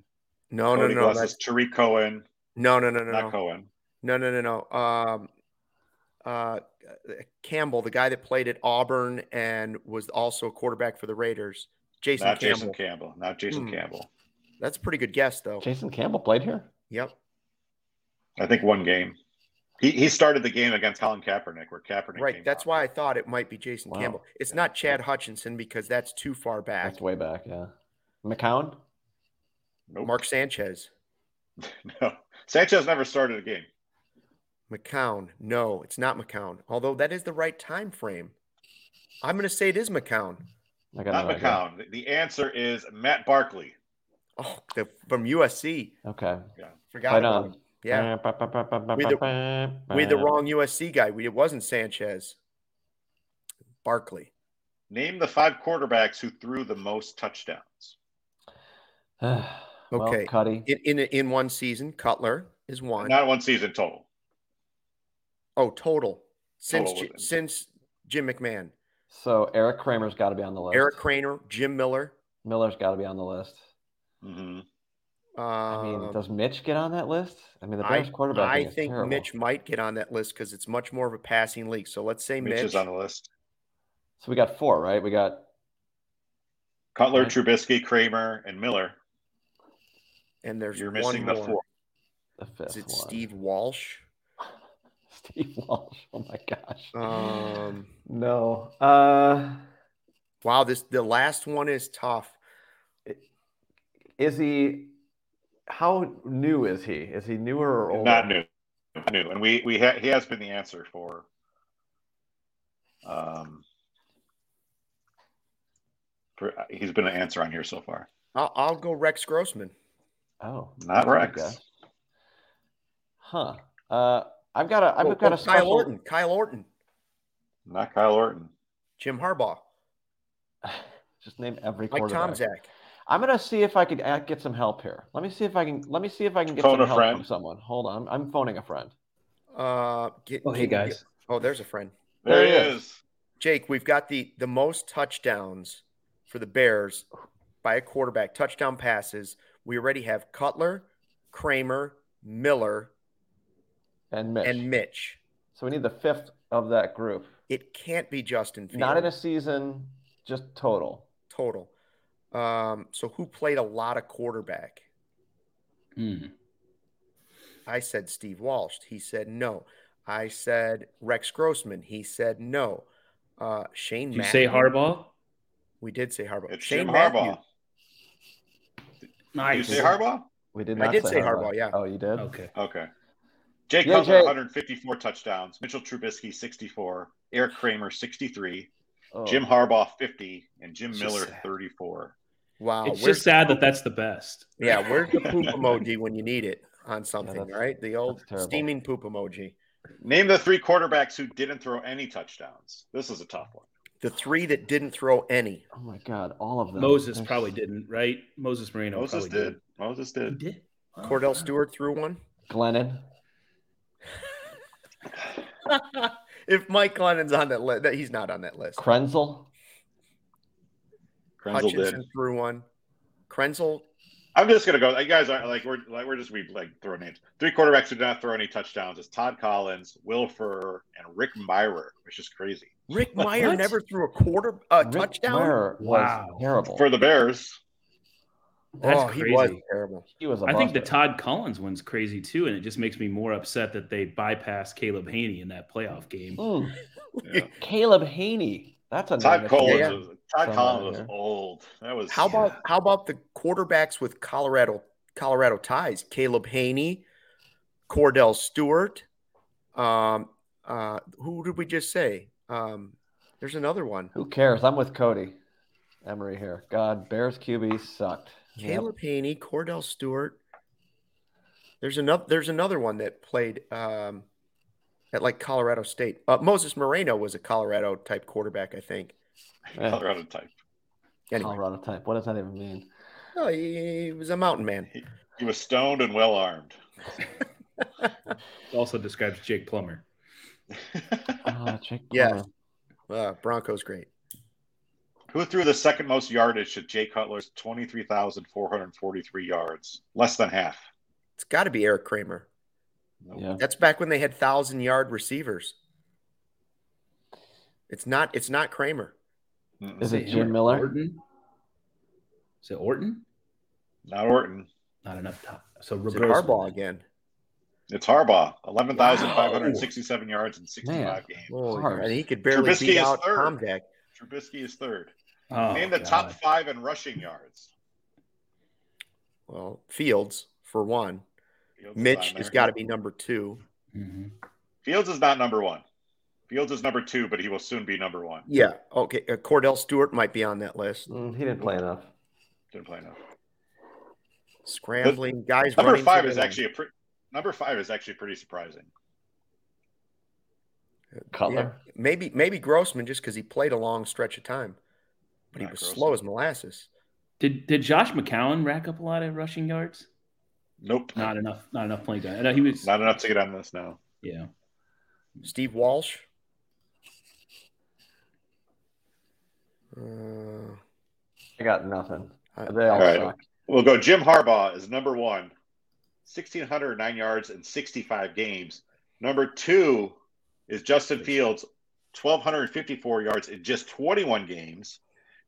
S2: Oh, no, no,
S1: Cody
S2: no,
S1: guesses Tariq Cohen,
S2: no, no, no, no,
S1: not
S2: no,
S1: Cohen.
S2: no, no, no, no. Um, uh, Campbell, the guy that played at Auburn and was also a quarterback for the Raiders, Jason
S1: not
S2: Campbell.
S1: Jason Campbell. Not Jason
S2: Hmm.
S1: Campbell.
S2: That's a pretty good guess, though.
S3: Jason Campbell played here.
S2: Yep.
S1: I think one game. He he started the game against Colin Kaepernick, where Kaepernick.
S2: Right.
S1: came
S2: That's
S1: out.
S2: why I thought it might be Jason
S3: Wow.
S2: Campbell. It's not Chad Hutchinson because that's too far back.
S3: That's way back. Yeah. McCown.
S1: Nope.
S2: Mark Sanchez,
S1: No. Sanchez never started a game.
S2: McCown. No, it's not McCown. Although that is the right time frame. I'm going to say it is McCown.
S3: I got
S1: Not
S3: no idea.
S1: McCown. The- The answer is Matt Barkley.
S2: Oh, the, from USC.
S3: Okay.
S2: Forgot
S3: Right
S2: about
S3: on.
S2: him. Yeah. We We had the wrong USC guy. We, it wasn't Sanchez. Barkley.
S1: Name the five quarterbacks who threw the most touchdowns.
S3: okay.
S2: Okay.
S3: Well, Cuddy.
S2: In, in in one season, Cutler is one.
S1: Not one season total.
S2: Oh, total. Since
S1: Total
S2: Ji-
S1: was in.
S2: since Jim McMahon,
S3: So Eric Kramer's got to be on the list.
S2: Eric Craner, Jim Miller.
S3: Miller's got to be on the list.
S1: hmm
S2: Um,
S3: I mean, does Mitch get on that list? I mean, the
S2: I-
S3: Bears quarterback.
S2: I
S3: thing is
S2: think
S3: terrible.
S2: Mitch might get on that list because it's much more of a passing league. So let's say
S1: Mitch
S2: Mitch.
S1: is on the list.
S3: So we got four, right? We got
S1: Cutler,
S3: Right.
S1: Trubisky, Kramer, and Miller.
S2: and there's
S1: You're
S2: one
S1: missing the
S2: more.
S1: four.
S3: the fifth
S2: Is it
S3: one.
S2: Steve Walsh?
S3: Steve Walsh. Oh my gosh.
S1: Mm.
S2: Um,
S3: No. Uh,
S2: wow, this the last one is tough.
S3: is he? How new is he? Is he newer or older?
S1: Not new, Not new, and we we ha- he has been the answer for. Um, for uh, he's been an answer on here so far.
S2: I'll, I'll go Rex Grossman.
S3: Oh,
S1: Not
S3: there you
S1: Rex.
S3: go. Huh. Uh, I've got a. I've
S2: Go-
S3: got
S2: go Oh,
S3: a
S2: Kyle
S3: special.
S2: Orton. Kyle Orton.
S1: Not Kyle Orton.
S2: Jim Harbaugh.
S3: Just name every
S2: Mike
S3: quarterback.
S2: Tomzak.
S3: I'm gonna see if I could uh, get some help here. Let me see if I can. Let me see if I can get
S1: Phone
S3: some
S1: a
S3: help
S1: friend.
S3: from someone. Hold on, I'm phoning a friend.
S2: Uh, get,
S4: Oh, hey
S2: get-
S4: guys.
S2: oh, there's a friend.
S1: There,
S3: There
S1: he
S3: he
S1: is.
S2: Jake, we've got the the most touchdowns for the Bears by a quarterback. Touchdown passes. We already have Cutler, Kramer, Miller,
S3: And Mitch.
S2: and Mitch.
S3: so we need the fifth of that group.
S2: It can't be Justin Fields
S3: Not in a season, just total.
S2: total. Um, so who played a lot of quarterback?
S4: Hmm.
S2: I said Steve Walsh. He said no. I said Rex Grossman. He said no. Uh, Shane.
S4: Did you
S2: Matthews-
S4: say Harbaugh?
S2: We did say Harbaugh.
S1: It's
S2: Shane
S1: Jim
S2: Matthews.
S1: Harbaugh. You
S4: Nice.
S1: say Harbaugh?
S3: We did
S2: I
S3: not.
S2: did say Harbaugh, yeah.
S3: Oh, you did.
S4: Okay.
S1: Okay. Jake
S3: Yeah,
S1: Cutler,
S3: Jake.
S1: 154 touchdowns. Mitchell Trubisky, 64. Eric Kramer, 63.
S3: Oh.
S1: Jim Harbaugh, 50. And Jim
S4: It's just
S1: Miller,
S4: sad.
S1: 34.
S2: Wow.
S4: it's
S2: where's-
S4: just sad that that's the best.
S2: Yeah, where's the poop emoji when you need it on something,
S3: that's-
S2: right? The old
S3: that's terrible.
S2: steaming poop emoji.
S1: Name the three quarterbacks who didn't throw any touchdowns. This is a tough one.
S2: The three that didn't throw any.
S3: Oh my God, all of them.
S4: Moses
S3: There's-
S4: probably didn't, right? Moses Moreno
S1: Moses
S4: probably
S1: did. Moses
S4: He
S1: did.
S4: did. Wow.
S2: Cordell Stewart threw one.
S3: Glennon.
S2: if Mike Glennon's on that list, he's not on that list.
S3: Krenzel.
S1: Krenzel did.
S2: Hutchinson threw one. Krenzel,
S1: I'm just gonna go. You guys are like we're like we're just we like throw names. Three quarterbacks who did not throw any touchdowns is Todd Collins, Will Furr, and Rick Meyer, which is crazy
S2: Rick Meyer
S4: What?
S2: never threw a quarter uh,
S3: Rick
S2: touchdown.
S3: Meyer was
S4: Wow.
S3: terrible.
S1: for the Bears.
S4: That's
S2: oh,
S4: crazy.
S2: he was terrible.
S3: he was. a
S4: I think the
S3: buster.
S4: Todd Collins one's crazy too, and it just makes me more upset that they bypassed Caleb Haney in that playoff game.
S3: Mm,
S1: Yeah.
S3: Caleb Haney. That's a name
S1: Todd
S3: that's-
S1: Collins,
S2: yeah.
S1: was, Todd
S3: Somewhere
S1: Collins was
S3: there.
S1: old. That was
S2: How about how about the quarterbacks with Colorado Colorado ties? Caleb Haney, Cordell Stewart. Um, uh, who did we just say? Um, there's another one.
S3: Who cares? I'm with Cody Emery here. God, Bears QB sucked. Yep.
S2: Caleb Haney, Cordell Stewart. There's another. There's another one that played um, at like Colorado State. Uh, Moses Moreno was a Colorado type quarterback, I think.
S3: Yeah.
S1: Colorado type?
S2: Anyway,
S3: Eh, Colorado type. What does that even mean?
S2: no, he, he was a mountain man.
S1: He was stoned and well armed.
S4: It also describes Jake Plummer.
S3: Oh, Jake
S2: Yeah.
S3: Plummer.
S2: Uh, Broncos great.
S1: Who threw the second most yardage to Jay Cutler's 23,443 yards? Less than half.
S2: It's got to be Eric Kramer.
S3: Yeah.
S2: That's back when they had thousand yard receivers. It's not. It's not Kramer.
S1: Mm-mm.
S3: Is it
S4: him
S3: Jim
S4: or
S3: Miller?
S4: Orton? Is it Orton?
S1: Not Orton.
S4: Not enough. Time. So
S2: It's
S4: reverse.
S2: Harbaugh again.
S1: It's Harbaugh. 11,567 yards in 65 games.
S2: Holy
S3: Hard.
S2: crap. and he could barely
S1: Trubisky
S2: beat
S1: is
S2: out
S1: third.
S2: Tomzak.
S1: Trubisky is third.
S4: Oh,
S1: Name the
S4: God.
S1: top five in rushing yards.
S2: Well, Fields for one.
S1: Fields is
S2: Mitch
S1: on
S2: has
S1: there.
S2: got to be number two.
S4: Mhm.
S1: Fields is not number one. Fields is number two, but he will soon be number one.
S2: Yeah. Okay. Uh, Cordell Stewart might be on that list.
S3: Mm, he didn't play enough.
S1: Didn't play enough.
S2: Scrambling guys.
S1: Number
S2: running
S1: five
S2: to
S1: is
S2: the line.
S1: actually a pre- number five is actually pretty surprising.
S2: Yeah.
S3: Cutler.
S2: Maybe maybe Grossman just because he played a long stretch of time, but he
S1: Not
S2: was
S1: Grossman.
S2: slow as molasses.
S4: Did did Josh McCown rack up a lot of rushing yards?
S1: Nope.
S4: Not enough. Not enough playing time. I know he was.
S1: Not enough to get on this now.
S4: yeah.
S2: Steve Walsh. Uh,
S3: I got nothing.
S2: I-
S3: They all,
S1: All right.
S3: suck.
S1: We'll go Jim Harbaugh is number one, 1,609 yards in 65 games. Number two is Justin Fields, 1,254 yards in just 21 games.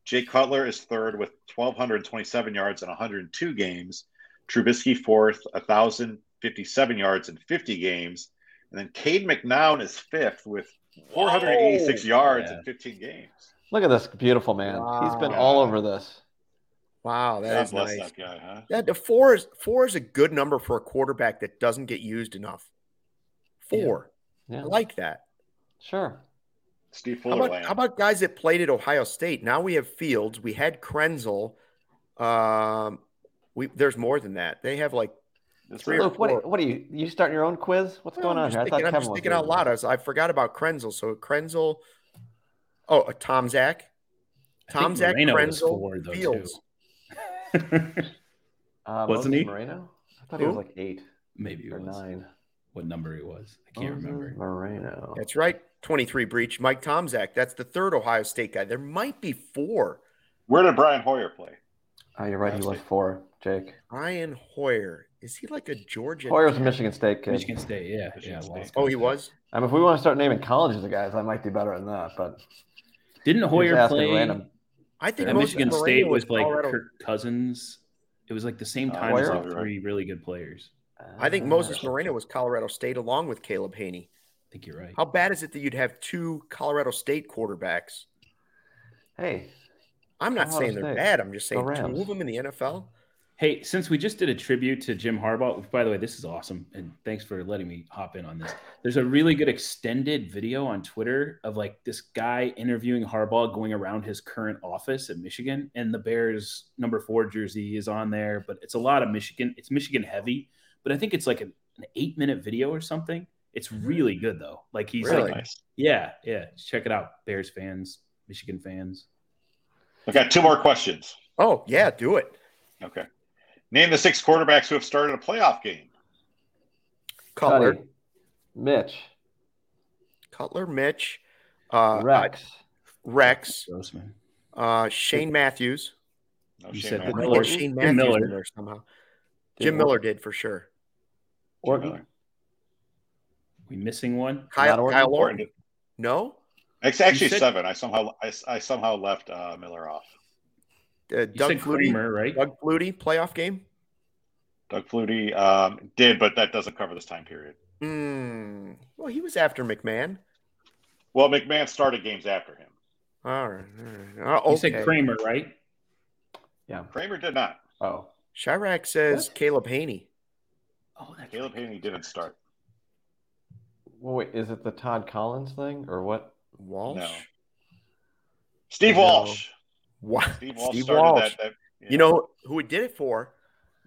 S1: Jay Cutler is third with 1,227 yards in 102 games. Trubisky fourth, 1,057 yards in 50 games. And then Cade McNown is fifth with 486
S2: Whoa.
S1: yards
S4: Yeah.
S1: in 15 games.
S3: Look at this beautiful man. He's been
S2: Wow.
S3: all over this.
S2: Wow, that
S1: God
S2: is
S1: bless
S2: nice.
S1: that guy, huh?
S2: Yeah, the four is four is a good number for a quarterback that doesn't get used enough. Four,
S3: Yeah,
S2: I like that.
S3: sure.
S1: Steve
S2: How
S1: Fuller
S2: about, how about guys that played at Ohio State? Now we have Fields. We had Krenzel. Um, we there's more than that. They have like
S1: This
S2: three
S1: is-
S2: or
S3: Luke, what,
S2: four.
S3: what are you? You starting your own quiz? What's going
S2: I'm
S3: on
S2: just
S3: here?
S2: Thinking, I'm just
S3: was
S2: thinking
S3: doing
S2: out loud.
S3: that.
S2: I, was, I forgot about Krenzel. So Krenzel. Oh, uh, Tom Zach.
S4: I think
S2: Tom Zach
S4: Moreno was
S2: Krenzel
S4: four, though, too.
S2: Fields.
S3: Uh, Moses
S4: Wasn't he?
S3: Moreno? I thought he was
S2: Who?
S3: like eight
S4: Maybe it
S3: or
S4: was.
S3: nine. Oh,
S4: What number he was? I can't
S3: Moses
S4: remember.
S3: Moreno.
S2: That's right. 23 breach. Mike Tom Zach. That's the third Ohio State guy. There might be four.
S1: Where did Brian Hoyer play?
S3: Oh, you're right. He
S1: That's
S3: was
S1: it.
S3: four. Jake.
S2: Ryan Hoyer. Is he like a Georgia?
S3: Hoyer was a Michigan State kid.
S4: Michigan State. Yeah.
S1: Michigan
S4: yeah.
S1: State.
S4: Lost
S2: Oh, he was.
S3: I mean, if we want to start naming colleges of guys, I might do better than that. But
S4: Didn't
S3: Just
S4: Hoyer
S3: asking
S4: play?
S3: random.
S2: I think
S4: at
S2: Moses
S4: Uh, Michigan
S2: Moreno
S4: State was, like
S2: Colorado-
S4: Kirk Cousins. It was like the same
S3: Uh,
S4: time as
S3: Hoyer?
S4: like three really good players.
S2: I think
S3: uh,
S2: Moses Moreno was Colorado State along with Caleb Haney.
S4: I think you're right.
S2: How bad is it that you'd have two Colorado State quarterbacks?
S3: Hey,
S2: I'm not
S3: Colorado
S2: saying they're
S3: State.
S2: bad. I'm just saying
S3: Go
S2: two
S3: Rams.
S2: of them in the NFL.
S4: Hey, since we just did a tribute to Jim Harbaugh, which, by the way, this is awesome, and thanks for letting me hop in on this. There's a really good extended video on Twitter of like this guy interviewing Harbaugh going around his current office at Michigan, and the Bears number four jersey is on there, but it's a lot of Michigan. It's Michigan heavy, but I think it's like an, an eight minute video or something. It's really good though. Like he's
S2: Really?
S4: like, yeah, yeah. Check it out, Bears fans, Michigan fans.
S1: I've got two more questions.
S2: Oh, yeah, do it.
S1: Okay. Name the six quarterbacks who have started a playoff game.
S2: Cutler,
S3: Cuddy, Mitch,
S2: Cutler, Mitch, uh,
S3: Rex.
S2: uh, Rex,
S4: Grossman.
S2: uh, Shane Matthews.
S1: No
S4: You
S1: shame
S4: said
S1: in
S2: I
S1: that.
S4: Miller.
S2: know Shane
S4: Jim
S2: Matthews in
S4: Miller.
S2: there somehow.
S3: Did
S2: Jim
S3: Or-
S2: Miller did for sure.
S3: Orton.
S4: We missing one?
S2: Kyle
S3: Not Orton?
S2: Kyle Orton. No,
S1: It's actually
S4: You said-
S1: seven. I somehow I, I somehow left uh, Miller off.
S2: uh,
S4: You
S2: Doug
S4: said
S2: Flutie.
S4: Kramer, right?
S2: Doug Flutie playoff game.
S1: Doug Flutie um, did, but that doesn't cover this time period.
S2: Hmm. Well, he was after McMahon.
S1: Well, McMahon started games after him.
S2: All right. All right. Oh,
S4: You
S2: okay.
S4: said Kramer, right?
S3: Yeah.
S1: Kramer did not.
S3: Oh,
S2: Chirac says Caleb Haney.
S4: Oh, that's
S1: Caleb Haney didn't start.
S3: well, wait. Is it the Todd Collins thing or what?
S2: Walsh.
S1: No. Steve
S3: No.
S1: Walsh.
S2: Wa-
S1: Steve Walsh
S2: Steve
S1: started
S2: Walsh.
S1: that. that yeah.
S2: You know who it did it for?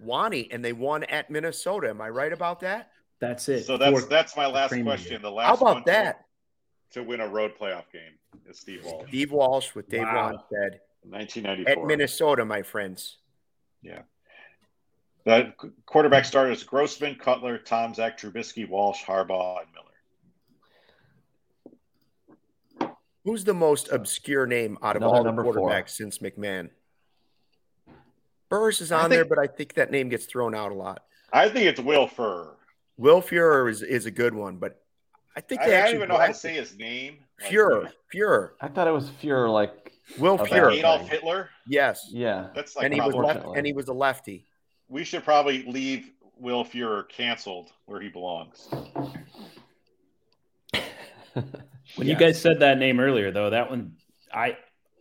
S2: Wani, and they won at Minnesota. Am I right about that?
S4: that's it.
S1: So that's
S4: Four.
S1: that's my last
S4: Kramer
S1: question.
S4: did.
S1: The last
S2: How
S1: one
S2: about
S1: to-
S2: that?
S1: to win a road playoff game is Steve Walsh.
S2: Steve Walsh with Dave
S4: Wow.
S2: Wanstead
S1: 1994.
S2: at Minnesota, my friends.
S1: The qu- quarterback starters Grossman, Cutler, Tom Zach, Trubisky, Walsh, Harbaugh, and Miller.
S2: Who's the most obscure name out of
S3: Another
S2: all the
S3: number four.
S2: quarterbacks since McMahon? Burris is
S1: I
S2: on
S1: think-
S2: there, but I think that name gets thrown out a lot.
S1: I think it's Will Furr.
S2: Will Fuhrer is, is a good one, but I think
S1: I, I
S2: they
S1: don't
S2: actually
S1: even know how to
S2: brought-
S1: say his name. Like,
S2: Fuhrer. Fuhrer.
S3: I thought it was Fuhrer. Like,
S2: Will
S1: Like
S3: Like
S2: Fuhrer.
S1: Adolf Hitler.
S2: Yes.
S3: yeah.
S1: That's like
S2: And he was
S1: probably-
S2: left
S3: Unfortunately.
S2: and he was a lefty.
S1: we should probably leave Will Fuhrer canceled where he belongs.
S4: when you guys said that name earlier, though, that one I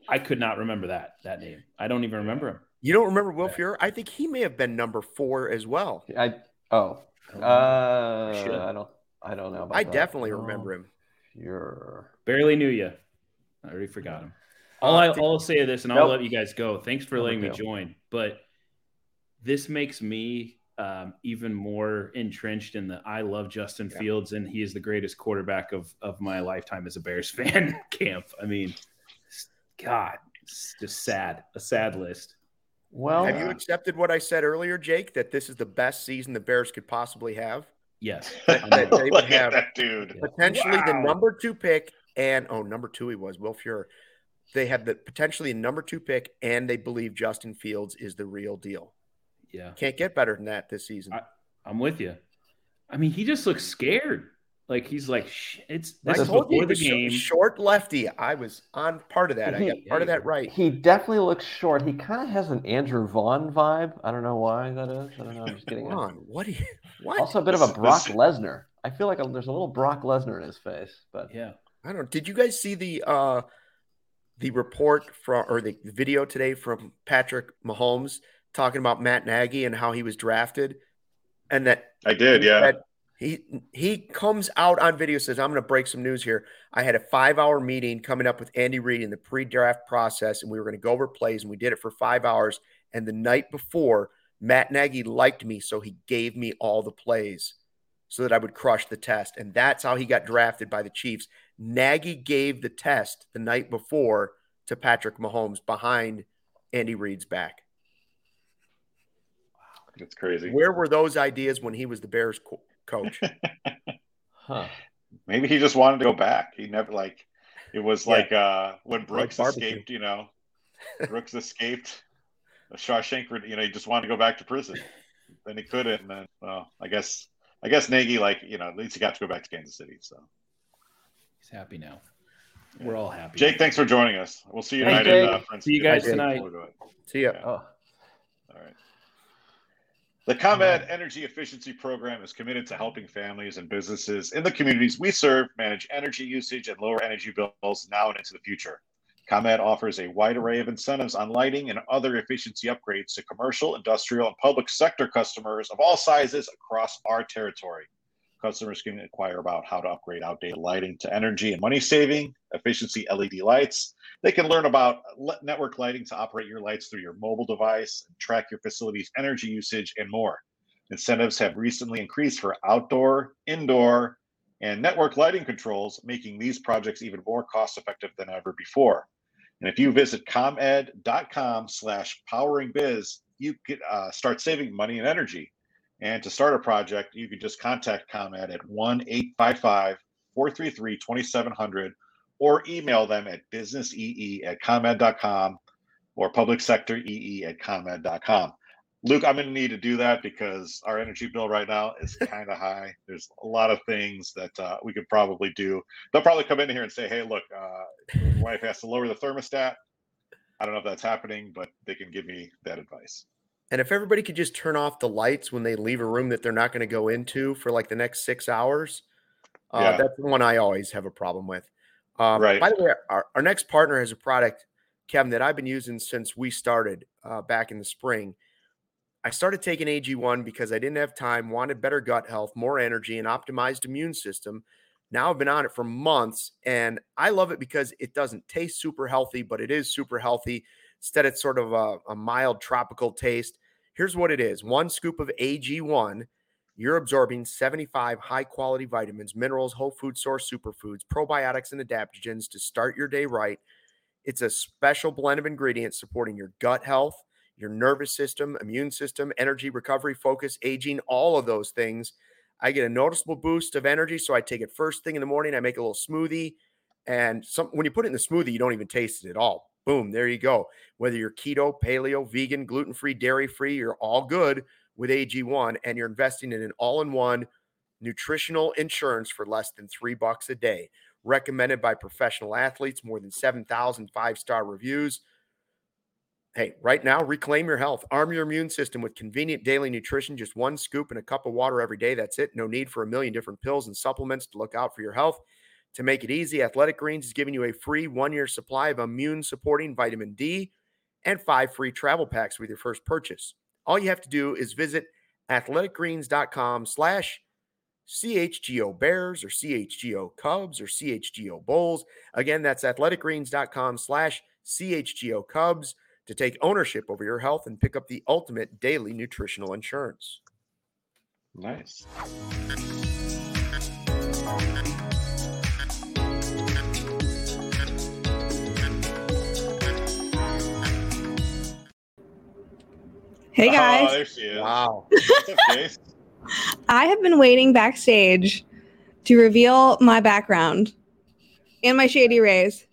S4: I could not remember that that name. I don't even remember him.
S2: You don't remember Will
S4: Yeah.
S2: Fuhrer? I think he may have been number four as well.
S3: I. Oh.
S4: I don't remember.
S3: Uh,
S4: should.
S3: I don't. I don't know. About
S2: I
S3: that.
S2: definitely
S3: Oh,
S2: remember him.
S3: Fuhrer.
S4: Barely knew you. I already forgot him. All I, all I'll say of this, and I'll
S3: Nope.
S4: let you guys go. Thanks for
S3: No
S4: letting me
S3: big deal.
S4: join. But this makes me um, even more entrenched in the I love Justin Fields and he is the greatest quarterback of of my lifetime as a Bears fan camp. I mean, s- God, it's just sad. A sad list. Oh,
S3: Well,
S2: Have you accepted what I said earlier, Jake, that this is the best season the Bears could possibly have?
S4: Yes.
S2: bet they would
S1: Look
S2: have-
S1: at that dude.
S2: Potentially the
S4: Wow.
S2: number two pick and oh, number two he was, Will Fuhrer. They have the potentially a number two pick, and they believe Justin Fields is the real deal.
S4: Yeah.
S2: Can't get better than that this season.
S4: I'm with you. I mean, he just looks scared. Like he's like, "Shh, it's
S2: I
S4: this is
S2: told you
S4: before the
S2: he was
S4: game.
S2: sh- short lefty. I was on part of that. I got
S3: He-
S2: part of that right.
S3: He definitely looks short. He kind of has an Andrew Vaughn vibe. I don't know why that is. I don't know. I'm just getting it.
S2: Ron, what? do you- What?
S3: Also, a bit of
S1: This-
S3: a Brock
S1: this-
S3: Lesnar. I feel like a, there's a little Brock Lesnar in his face, but
S4: Yeah.
S2: I don't. Did you guys see the uh the report from or the video today from Patrick Mahomes talking about Matt Nagy and how he was drafted, and that
S1: I did, yeah.
S2: that he he comes out on video says i'm going to break some news here i had a five hour meeting coming up with andy reid in the pre-draft process and we were going to go over plays and we did it for five hours and the night before matt nagy liked me so he gave me all the plays so that i would crush the test and that's how he got drafted by the chiefs nagy gave the test the night before to patrick mahomes behind andy reid's back
S1: It's crazy.
S2: where were those ideas when he was the bears co- coach
S3: huh.
S1: Maybe he just wanted to go back. He never like it was
S2: Yeah.
S1: like uh when Brooks
S2: barbecue.
S1: escaped, you know. Brooks escaped Shawshank, you know, he just wanted to go back to prison. Then he couldn't, and then well, I guess I guess Nagy, like, you know, at least he got to go back to Kansas City. So
S4: He's happy now. We're all happy.
S1: Jake, thanks for joining us. We'll see you
S4: Thanks,
S1: tonight at uh,
S3: Jake.
S1: Friends.
S4: See you guys
S2: Jake.
S4: tonight.
S2: see ya.
S3: Oh,
S1: All right. The ComEd Energy Efficiency Program is committed to helping families and businesses in the communities we serve manage energy usage and lower energy bills now and into the future. ComEd offers a wide array of incentives on lighting and other efficiency upgrades to commercial, industrial, and public sector customers of all sizes across our territory. Customers can inquire about how to upgrade outdated lighting to energy and money saving, efficiency LED lights, they can learn about le- network lighting to operate your lights through your mobile device, track your facility's energy usage, and more. Incentives have recently increased for outdoor, indoor, and network lighting controls, making these projects even more cost effective than ever before. And if you visit comed.com slash powering biz, you could uh, start saving money and energy. And to start a project, you can just contact ComEd at 1 855 433 2700 or email them at businessee at comed.com or public sector ee at comed.com. Luke, I'm going to need to do that because our energy bill right now is kind of high. There's a lot of things that uh, we could probably do. They'll probably come in here and say, hey, look, uh, your wife has to lower the thermostat. I don't know if that's happening, but they can give me that advice.
S2: And if everybody could just turn off the lights when they leave a room that they're not going to go into for like the next six hours, uh,
S1: Yeah.
S2: that's the one I always have a problem with. Um,
S1: Right.
S2: By the way, our, our next partner has a product, Kevin, that I've been using since we started uh, back in the spring. I started taking AG1 because I didn't have time, wanted better gut health, more energy, and optimized immune system. Now I've been on it for months and I love it because it doesn't taste super healthy, but it is super healthy. Instead, it's sort of a, a mild tropical taste. Here's what it is one scoop of AG1, you're absorbing 75 high quality vitamins, minerals, whole food source superfoods, probiotics, and adaptogens to start your day right. It's a special blend of ingredients supporting your gut health, your nervous system, immune system, energy, recovery, focus, aging, all of those things. I get a noticeable boost of energy. So I take it first thing in the morning. I make a little smoothie. And some, when you put it in the smoothie, you don't even taste it at all. Boom, there you go. Whether you're keto, paleo, vegan, gluten free, dairy free, you're all good with AG1. And you're investing in an all in one nutritional insurance for less than three bucks a day. Recommended by professional athletes, more than 7,000 five star reviews. Hey, right now, reclaim your health. Arm your immune system with convenient daily nutrition, just one scoop and a cup of water every day. That's it. No need for a million different pills and supplements to look out for your health. To make it easy, Athletic Greens is giving you a free one year supply of immune supporting vitamin D and five free travel packs with your first purchase. All you have to do is visit athleticgreens.com slash CHGO Bears or CHGO Cubs or CHGO Bulls. Again, that's athleticgreens.com slash CHGO Cubs to take ownership over your health and pick up the ultimate daily nutritional insurance.
S1: Nice.
S5: Hey guys,
S1: Oh, there she is.
S2: Wow.
S1: What's up, Jace?
S5: I have been waiting backstage to reveal my background and my shady rays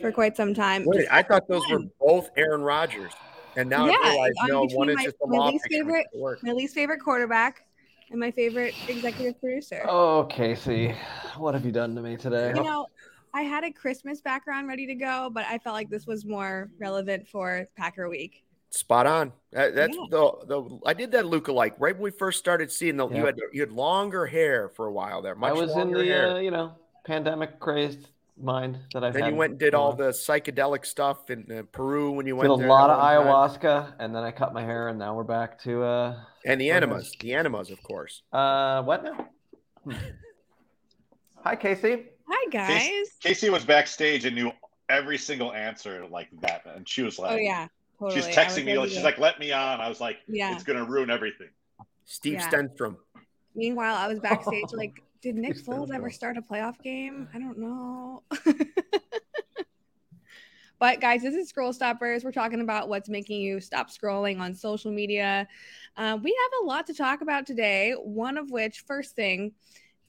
S5: for quite some time.
S2: Wait, I thought those were both Aaron Rodgers. And now
S5: Yeah,
S2: I realize
S5: I'm
S2: no,
S5: between
S2: one is
S5: my-
S2: just a
S5: my
S2: law
S5: least
S2: pick and
S5: favorite-
S2: it's the worst.
S5: my least favorite quarterback and my favorite executive producer.
S3: Oh, Casey, what have you done to me today?
S5: You know, I had a Christmas background ready to go, but I felt like this was more relevant for Packer Week.
S2: Spot on. That, that's
S5: Yeah.
S2: the the I did that lookalike right when we first started seeing the you
S3: Yeah.
S2: had you had longer hair for a while there.
S3: I
S2: Much
S3: was in
S2: longer hair.
S3: the uh, you know pandemic crazed mind that I've
S2: then
S3: had.
S2: you went and did all
S3: for-
S2: the psychedelic stuff in uh, Peru when you went
S3: did a
S2: there
S3: lot
S2: that
S3: of
S2: one time.
S3: ayahuasca, and then I cut my hair, and now we're back to uh
S2: and the
S3: Mhm.
S2: animas, the animas, of course.
S3: uh what now? Hmm. Hi, Casey.
S5: Hi guys.
S1: Casey was backstage and knew every single answer like that, and she was like,
S5: Oh yeah, totally.
S1: she's
S5: I was
S1: texting me.
S5: ready
S1: She's
S5: to-
S1: like, "Let me on." I was like,
S5: yeah.
S1: "It's gonna ruin everything."
S2: Steve
S5: Yeah.
S2: Stenstrom.
S5: Meanwhile, I was backstage like, did Nick
S3: He's so
S5: Foles ever
S3: drunk.
S5: start a playoff game? I don't know. but guys, this is Scroll Stoppers. We're talking about what's making you stop scrolling on social media. Uh, we have a lot to talk about today. One of which, first thing,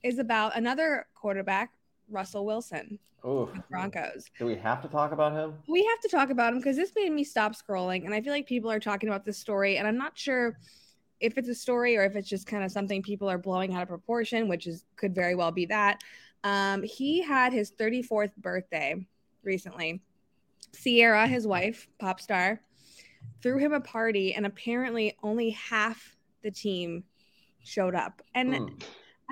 S5: is about another quarterback, Russell Wilson,
S3: Ooh,
S5: with Broncos.
S3: do we have to talk about him?
S5: We have to talk about him because this made me stop scrolling. And I feel like people are talking about this story, and I'm not sure if it's a story or if it's just kind of something people are blowing out of proportion, which is could very well be that. Um, he had his 34th birthday recently. Sierra, his wife, pop star, threw him a party, and apparently only half the team showed up. And
S3: Hmm.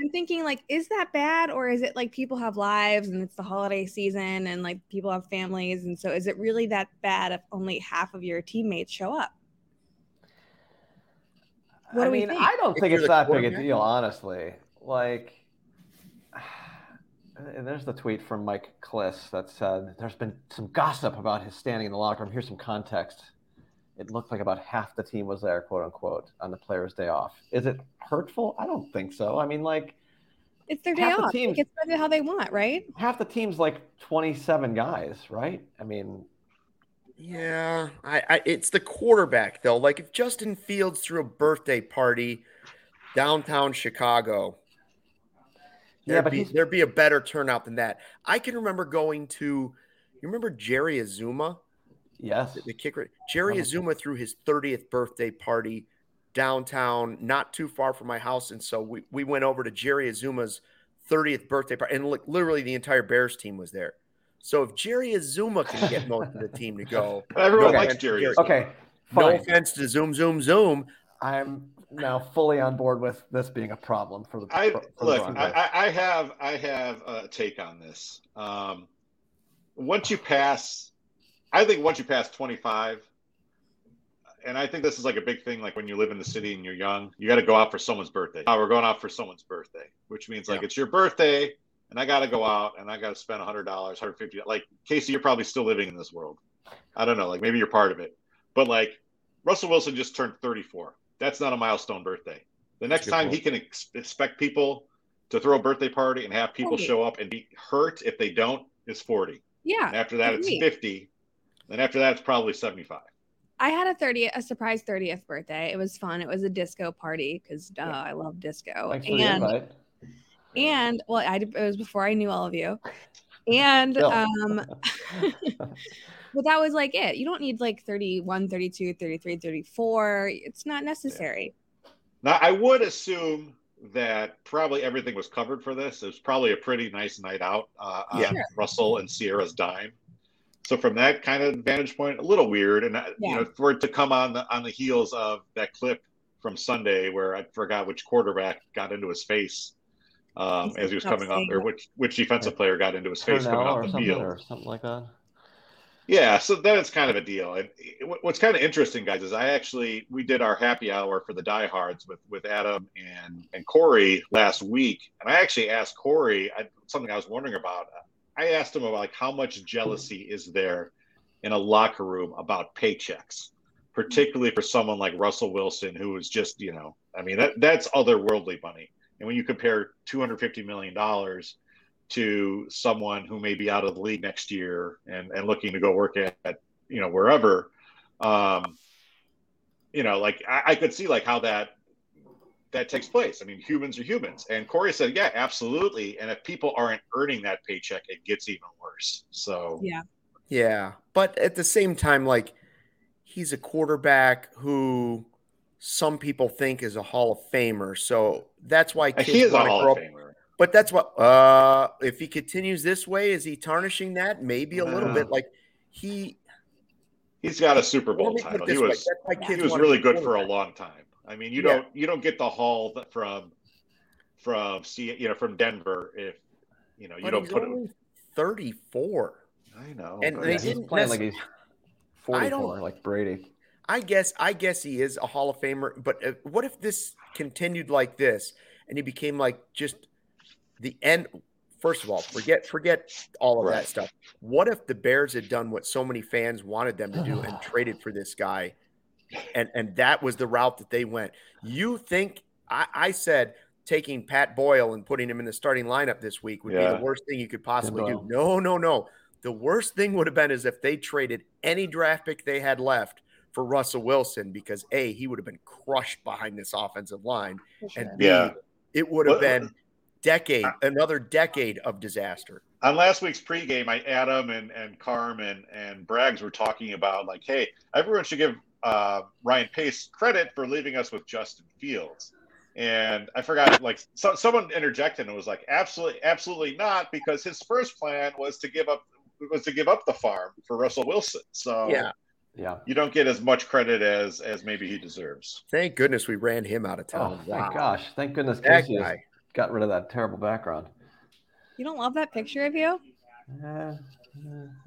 S5: I'm thinking like, is that bad or is it like people have lives and it's the holiday season and like people have families and so is it really that bad if only half of your teammates show up? What
S3: I
S5: do we
S3: mean,
S5: think?
S3: I don't
S2: If
S3: think
S2: you're
S3: it's
S2: the
S3: that big a
S2: quarterback?
S3: deal, honestly. Like, and there's the tweet from Mike Kliss that said there's been some gossip about his standing in the locker room. Here's some context. It looked like about half the team was there, quote unquote, on the player's day off. Is it hurtful? I don't think so. I mean, like
S5: It's their day
S3: Half the
S5: off.
S3: team-
S5: They can spend it how they want, right?
S3: half the team's like 27 guys, right? I mean,
S2: Yeah, I, I it's the quarterback though. Like if Justin Fields threw a birthday party downtown Chicago,
S3: Yeah,
S2: there'd
S3: but
S2: be,
S3: he's-
S2: there'd be a better turnout than that. I can remember going to you remember Jerry Azuma,
S3: yes.
S2: the, the kicker. Jerry
S3: Mhm.
S2: Azuma threw his 30th birthday party downtown, not too far from my house, and so we we went over to Jerry Azuma's 30th birthday party, and like literally the entire Bears team was there. So if Jerry Azuma can get most of the team to go,
S1: Everyone
S3: Okay.
S1: likes Jerry.
S2: Okay.
S3: Okay. Fine.
S2: no offense to Zoom, Zoom, Zoom.
S3: I'm now fully on board with this being a problem for the.
S1: I
S3: for the
S1: look.
S3: Broncos.
S1: I, I- I have. I have a take on this. Um, once you pass, I think once you pass twenty five, and I think this is like a big thing. Like when you live in the city and you're young, you got to go out for someone's birthday. Oh, we're going out for someone's birthday, which means like
S2: Yeah.
S1: it's your birthday, and I got to go out and I got to spend hundred dollars, hundred fifty. Like Casey, you're probably still living in this world. I don't know. Like maybe you're part of it, but like Russell Wilson just turned thirty four. That's not a milestone birthday. The next
S2: a good
S1: time
S2: point.
S1: he can ex- expect people to throw a birthday party and have people
S5: Right.
S1: show up and be hurt if they don't is 40.
S5: Yeah.
S1: And after that, it's
S5: Agreed.
S1: 50. And after that, it's probably 75.
S5: I had a 30th a surprise 30th birthday. It was fun. It was a disco party because duh, I love disco.
S3: Thanks for the
S5: and
S3: invite.
S5: and well, I it was before I knew all of you. And
S3: Still.
S5: um but that was like it you don't need like 31 32 33 34 it's not necessary
S1: Now, I would assume that probably everything was covered for this. It was probably a pretty nice night out uh, on
S2: Yeah.
S5: Sure.
S1: Russell and Sierra's dime. So from that kind of vantage point, a little weird, and uh, you
S5: Yeah.
S1: know, for it to come on the on the heels of that clip from Sunday where I forgot which quarterback got into his face um,
S5: He's
S1: as he was
S5: not
S1: coming off,
S5: saying
S1: or which which defensive player got into his face coming
S3: Cornell
S1: off
S3: or
S1: the
S3: something
S1: field.
S3: or something like that.
S1: Yeah, so then it's kind of a deal. And it- what- what's kind of interesting, guys, is I actually we did our happy hour for the diehards with with Adam and and Corey last week, and I actually asked Corey I, something I was wondering about. I asked him about like how much jealousy is there in a locker room about paychecks, particularly for someone like Russell Wilson, who is just you know, I mean that that's otherworldly money. And when you compare two hundred fifty million dollars to someone who may be out of the league next year and, and looking to go work at, at, you know wherever um you know like I, I could see like how that that takes place i mean humans are humans and corey said yeah absolutely and if people aren't earning that paycheck it gets even worse so
S5: Yeah.
S2: Yeah. But at the same time, like he's a quarterback who some people think is a Hall of Famer. So that's why
S1: Uh, He is
S2: kids
S1: a
S2: want to
S1: Hall
S2: grow
S1: of
S2: up.
S1: Famer.
S2: But that's what uh if he continues this way, is he tarnishing that? Maybe a little
S4: Wow.
S1: Mm.
S2: bit. Like he
S1: He's got a Super
S2: let
S1: Bowl
S2: me put
S1: title.
S2: it this
S1: He
S2: way,
S1: was
S2: that's why
S1: he
S2: kids
S1: was
S2: wanna
S1: really
S2: be
S1: good for a
S2: quarterback.
S1: long time. I mean, you
S2: Yeah.
S1: don't you don't get the Hall th- from from see you know from Denver if you know you
S2: But
S1: don't
S2: he's
S1: put it.
S2: only 34.
S1: I know,
S2: and
S1: but
S2: they
S3: Yeah,
S1: it's-
S3: he's
S2: didn't
S3: playing
S2: necess-
S3: like he's
S2: I don't-
S3: 44, like Brady.
S2: I guess I guess he is a Hall of Famer, but uh, what if this continued like this and he became like just the end first of all, forget forget all of
S1: Right.
S2: that stuff. What if the Bears had done what so many fans wanted them to do and traded for this guy and and that was the route that they went. You think I, I said taking Pat Boyle and putting him in the starting lineup this week would be
S1: Yeah.
S2: the worst thing you could possibly do.
S3: Boyle.
S2: No, no, no. The worst thing would have been is if they traded any draft pick they had left for Russell Wilson because A, he would have been crushed behind this offensive line.
S5: for sure.
S2: And B,
S1: Yeah.
S2: it would have
S1: What-
S2: been decade,
S1: I-
S2: another decade of disaster.
S1: on last week's pregame, I Adam and and Carmen and Braggs were talking about like, hey, everyone should give uh, Ryan Pace credit for leaving us with Justin Fields. And I forgot, like, so, someone interjected and was like, absolutely, absolutely not, because his first plan was to give up was to give up the farm for Russell Wilson. So
S2: Yeah.
S3: Yeah.
S1: you don't get as much credit as as maybe he deserves.
S2: Thank goodness we ran him out of town.
S3: Oh, thank gosh. Thank goodness
S2: That
S3: Casey has
S2: guy.
S3: got rid of that terrible background.
S5: You don't love that picture of you?
S3: Uh, uh,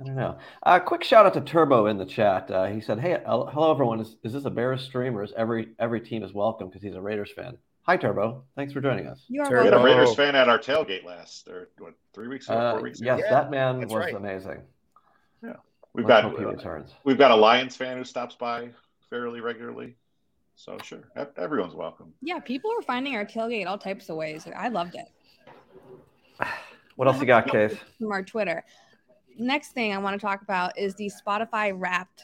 S3: I don't know. Uh, quick shout out to Turbo in the chat. Uh, he said, "Hey, hel- hello everyone. Is, is this a Bears stream or is every every team is welcome because he's a Raiders fan?" Hi Turbo. Thanks for joining us.
S5: You are
S2: Terrible.
S1: We had
S5: welcome.
S1: a Raiders
S2: Oh.
S1: fan at our tailgate last, or what, three weeks ago,
S3: Uh,
S1: four weeks ago.
S3: yes,
S2: Yeah,
S3: that man was
S2: that's right.
S3: amazing.
S1: We've
S3: Let's
S1: got uh,
S3: hope he returns.
S1: We've got a Lions fan who stops by fairly regularly. So sure, ev- everyone's welcome.
S5: Yeah, people are finding our tailgate all types of ways. I loved it.
S3: What else you got, Case?
S5: from our Twitter. Next thing I want to talk about is the Spotify Wrapped.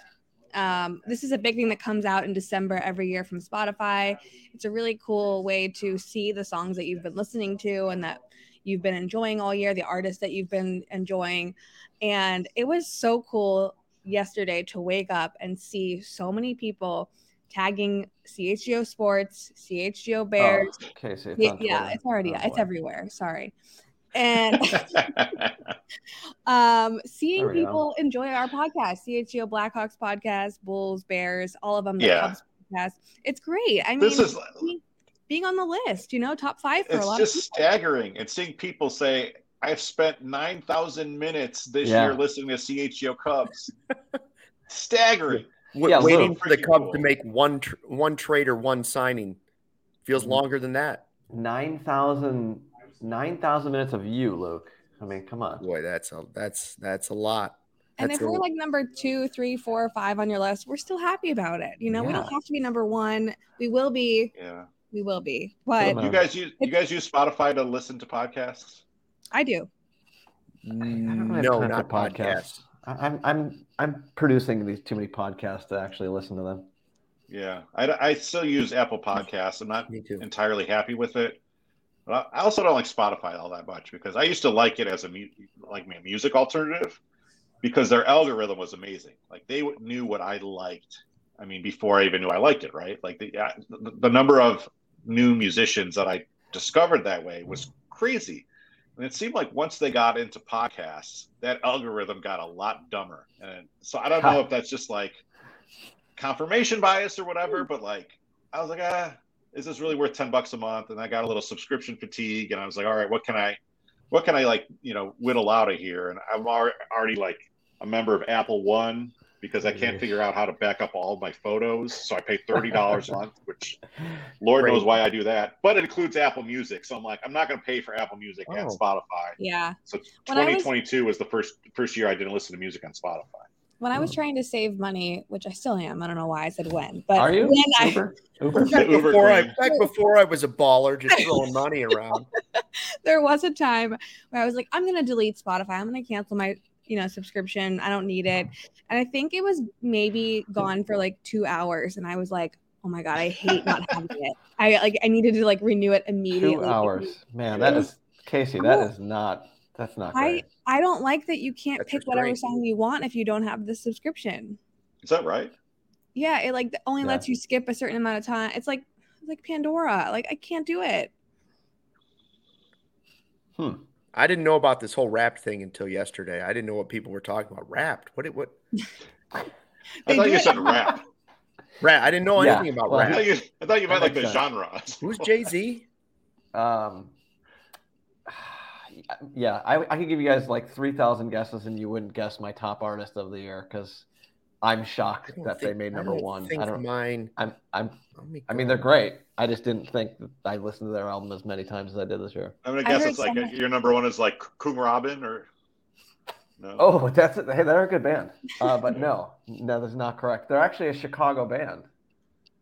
S5: Um, this is a big thing that comes out in December every year from Spotify. It's a really cool way to see the songs that you've been listening to and that you've been enjoying all year, the artists that you've been enjoying. And it was so cool yesterday to wake up and see so many people tagging CHGO Sports, CHGO Bears.
S3: Oh, Casey, it's
S5: yeah,
S3: on
S5: yeah,
S3: Twitter.
S5: it's already,
S3: Oh,
S5: it's
S3: boy.
S5: everywhere. Sorry. And
S1: yeah,
S5: um seeing
S3: There we go.
S5: people enjoy our podcast chgo blackhawks podcast bulls bears all of them the
S1: Yeah.
S5: Cubs podcast it's great i mean
S1: This is-
S5: being, being on the list you know top five for a
S1: it's
S5: lot
S1: just
S5: of people
S1: staggering. And seeing people say, "I've spent nine thousand minutes this
S3: Yeah.
S1: year listening to CHGO Cubs." staggering.
S2: W-
S3: Yeah,
S2: waiting
S1: Lou.
S2: for the
S1: Freaking
S2: Cubs
S1: cool.
S2: to make one tr- one trade or one signing feels
S3: Mhm.
S2: longer than that.
S3: 9,000 9,000 minutes of you, Luke. I mean, come on.
S2: Boy, that's a that's that's a lot.
S5: and
S2: That's
S5: if
S2: a-
S5: we're like number two three four five on your list we're still happy about it you know we don't
S3: Yeah.
S5: have to be number one we will be
S1: Yeah,
S5: we will be
S3: Put
S5: but
S3: 'em
S1: you
S3: on.
S1: guys use you guys use Spotify to listen to podcasts.
S5: i do
S3: I don't have
S2: no,
S3: Mm, time for
S2: not podcast.
S3: I- I'm I'm I'm producing these too many podcasts to actually listen to them.
S1: Yeah, I, I still use Apple Podcasts. I'm not
S2: Me too.
S1: entirely happy with it. But I I also don't like Spotify all that much because I used to like it as a mu- like my music alternative because their algorithm was amazing. Like they w- knew what I liked. I mean, before I even knew I liked it, right? Like the I- the, the number of new musicians that I discovered that way was crazy. And it seemed like once they got into podcasts, that algorithm got a lot dumber. And so I don't know if that's just like confirmation bias or whatever, but like I was like, ah, is this really worth 10 bucks a month? And I got a little subscription fatigue and I was like, all right, what can I, what can I like, you know, whittle out of here? And I'm al- already like a member of Apple One because I can't
S3: Nice.
S1: figure out how to back up all my photos. So I pay $30 a month, which Lord knows
S2: Great.
S1: why I do that, but it includes Apple Music. So I'm like, I'm not going to pay for Apple Music and
S2: Oh.
S1: Spotify.
S5: yeah
S1: So
S5: When I was-
S1: 2022 was, the first first year I didn't listen to music on Spotify.
S5: when i was
S3: Oh.
S5: trying to save money which i still am i don't know why i said when but
S3: Are you
S5: when I,
S3: Uber? Uber?
S2: Back
S1: Uber
S2: before I
S1: queen.
S2: back before I was a baller, just throwing money around.
S5: there was a time where I was like, I'm gonna delete Spotify. I'm gonna cancel my you know subscription. I don't need it. And I think it was maybe gone for like two hours, and I was like, oh my god, I hate not having it. I like I needed to like renew it immediately.
S3: Two hours, man. That is Casey. That is not. That's not
S5: I-
S3: great.
S5: I don't like that you can't
S2: That's
S5: pick whatever
S2: restraint.
S5: song you want if you don't have the subscription.
S1: Is that right?
S5: Yeah, it like only
S3: Yeah.
S5: lets you skip a certain amount of time. It's like it's like Pandora. Like I can't do it.
S3: Hmm.
S2: I didn't know about this whole wrapped thing until yesterday. I didn't know what people were talking about. Wrapped? What? It, what?
S1: I
S5: They
S1: thought
S5: do
S1: you
S5: it-
S1: said rap.
S2: Rap? I didn't know
S3: Yeah,
S2: anything about
S3: well-
S1: I thought
S2: rap.
S1: you, I thought you meant like the
S3: Alexa.
S1: genre.
S2: Who's Jay Z?
S3: Um, yeah, I, I could give you guys like 3,000 guesses and you wouldn't guess my top artist of the year because I'm shocked that they made number one.
S2: Think
S3: I don't.
S2: mine.
S3: I'm. I'm.
S2: let me
S3: I
S2: go.
S3: mean, they're great. I just didn't think that I listened to their album as many times as I did this year.
S1: I'm gonna
S5: I
S1: guess
S5: heard
S1: it's like
S5: someone-
S1: your number one is like Coon Robin or no.
S3: Oh, that's it. Hey, they're a good band. Uh, but no, no, that's not correct. They're actually a Chicago band.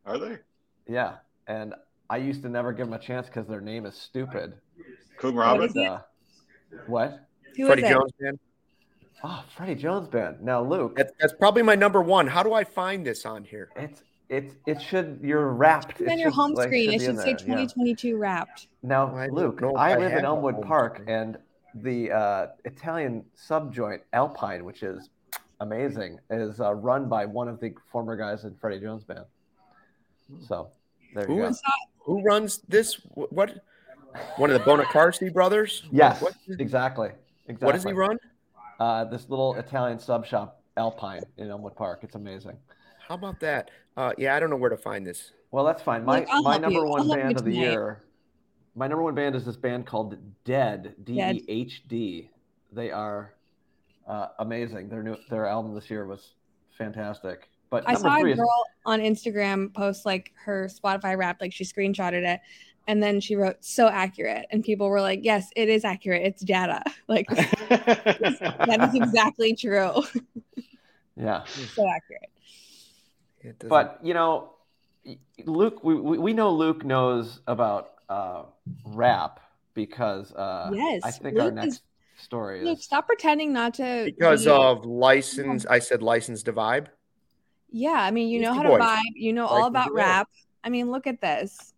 S1: Are they?
S3: Yeah, and I used to never give them a chance because their name is stupid.
S1: Coon
S5: What
S1: Robin?
S5: is it?
S3: Uh, what?
S5: Who is
S2: Freddie
S5: it?
S2: Jones, man.
S3: Oh, Freddie Jones band. Now, Luke,
S2: That's, that's probably my number one. How do I find this on here?
S3: it's it's it should you're wrapped.
S5: It's
S3: It
S5: on your
S3: should,
S5: home
S3: like,
S5: screen. It
S3: be
S5: should
S3: in
S5: say
S3: there, yeah.
S5: 2022 wrapped.
S3: Now,
S2: I don't
S3: Luke,
S2: know if
S3: I
S2: I
S3: live
S2: have
S3: in
S2: a
S3: Elmwood
S2: home
S3: Park,
S2: screen.
S3: and the uh, Italian subjoint Alpine, which is amazing, is uh, run by one of the former guys in Freddie Jones band.
S2: Hmm.
S3: So there you
S2: Who
S3: go.
S2: is- Who runs this? Wh- What? One of the Bonacarsi brothers?
S3: yes,
S2: What, what-
S3: exactly. Exactly.
S2: what does he run?
S3: Uh, this little Italian sub shop Alpine in Elmwood Park. It's amazing.
S2: How about that? Uh, yeah, I don't know where to find this.
S3: Well, that's fine. My
S5: Look, I'll
S3: my
S5: help
S3: number
S5: you. I'll
S3: one
S5: help you
S3: band of the
S5: tonight.
S3: year. My number one band is this band called Dead D
S5: Dead.
S3: E H D. They are uh, amazing. Their new their album this year was fantastic. But
S5: I
S3: number
S5: saw
S3: three
S5: a
S3: is
S5: girl on Instagram post like her Spotify wrapped, like she screenshotted it, and then she wrote so accurate, and people were like, "Yes, it is accurate. It's data. Like that is exactly true.
S3: yeah.
S5: so accurate."
S2: It doesn't-
S3: But you know, Luke, we, we we know Luke knows about uh, rap because uh,
S5: Yes,
S3: I think our
S5: Luke is-
S3: next story is
S5: Luke, stop pretending not to.
S2: because uh,
S5: be-
S2: of license, I said license to vibe.
S5: yeah, I mean, you know
S2: Beastie
S5: how to
S2: Boys.
S5: vibe. You know
S2: Like
S5: all
S2: we
S5: about
S2: do.
S5: rap. I mean, look at this.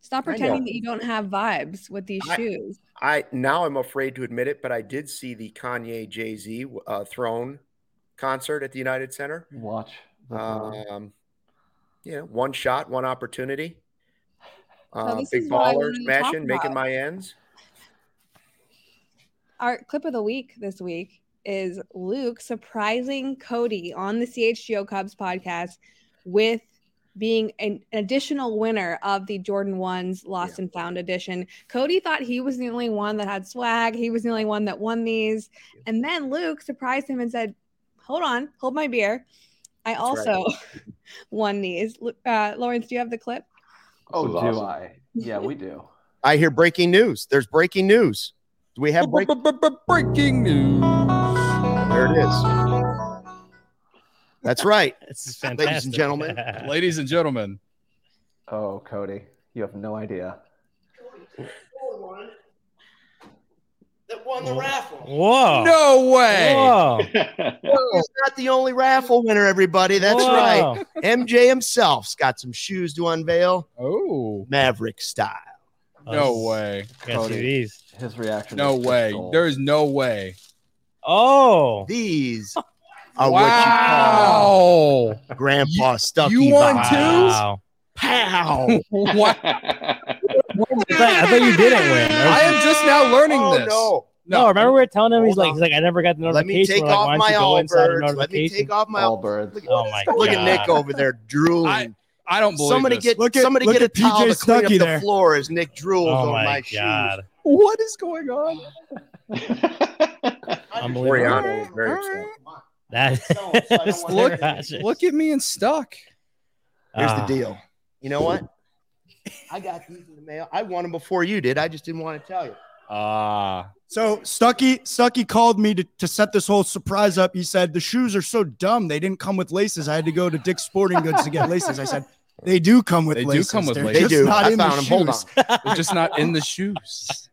S5: Stop
S2: I know.
S5: pretending that you don't have vibes with these
S2: I-
S5: shoes.
S2: I now I'm afraid to admit it, but I did see the Kanye Jay Z uh, Throne concert at the United Center.
S3: watch. the-
S1: Uh,
S6: Uh-huh.
S2: Um, yeah, one shot, one opportunity. Uh,
S5: this
S2: big
S5: is what I
S2: baller,
S5: wanted to talk
S2: smashing, making
S5: about.
S2: my ends.
S5: Our clip of the week this week is Luke surprising Cody on the CHGO Cubs podcast with being an additional winner of the Jordan Ones Lost and Found edition. Cody thought he was the only one that had swag. He was the only one that won these. And then Luke surprised him and said, Hold on, hold my beer. I
S2: That's right.
S5: also won these. Lu- Uh, Lawrence, do you have the clip?
S3: oh,
S1: This
S3: do
S1: is awesome.
S3: I? Yeah, we do.
S6: I hear breaking news. There's breaking news. Do we have break- breaking news? There it is. That's right.
S7: This is fantastic.
S6: Ladies and gentlemen.
S7: Ladies and gentlemen.
S3: Oh, Cody, you have no idea.
S8: that won the raffle.
S7: Whoa.
S6: No way.
S7: Whoa.
S6: He's not the only raffle winner, everybody. That's
S7: Whoa.
S6: right. MJ himself's got some shoes to unveil,
S7: Oh.
S6: Maverick style.
S7: No way.
S8: Gotta see
S3: Cody.
S8: these.
S3: His reaction.
S7: No
S3: is
S7: way.
S3: pixel.
S7: There is no way.
S8: Oh,
S6: These are
S7: wow.
S6: what you, Grandpa Stuffy
S7: you won
S6: vibes.
S7: too?
S8: wow.
S6: Pow.
S7: wow.
S8: I thought, I thought you didn't win.
S7: I am just now learning
S6: Oh,
S7: this.
S6: no.
S8: no, remember we were telling him he's
S6: Hold
S8: like,
S6: on.
S8: he's like, I never got the
S6: Let
S8: notification.
S6: me take
S8: We're like,
S6: off
S8: why don't
S6: my
S8: you go inside the
S6: Allbirds. Let me
S8: notification?
S6: take off my
S3: All
S6: Allbirds.
S3: birds.
S6: Look,
S8: Oh my
S6: Look at
S8: God.
S6: Nick over there drooling.
S7: I- I don't believe
S6: somebody
S7: this.
S6: get somebody
S7: look
S6: get a
S7: at PJ
S6: towel to clean up
S7: Stuckey
S6: the
S7: there.
S6: floor as Nick drools
S8: Oh
S6: on my,
S8: my
S6: shoes.
S8: god.
S7: what is going on?
S8: Unbelievable.
S2: Oriana is very upset.
S8: That is
S7: Look-
S8: outrageous.
S7: Look at me and stuck.
S6: Here's
S8: Ah.
S6: the deal. You know what? I got these in the mail. I won them before you did. I just didn't want to tell you.
S7: Ah.
S9: So Stucky Stucky called me to, to set this whole surprise up. He said the shoes are so dumb they didn't come with laces. I had to go to Dick's Sporting Goods to get laces. I said they do come with
S7: They do
S9: laces.
S7: come with
S9: They're
S7: laces.
S9: just
S6: They do.
S9: Not
S6: I
S9: in the
S6: found 'em. Hold
S9: shoes.
S7: They're just not in the shoes.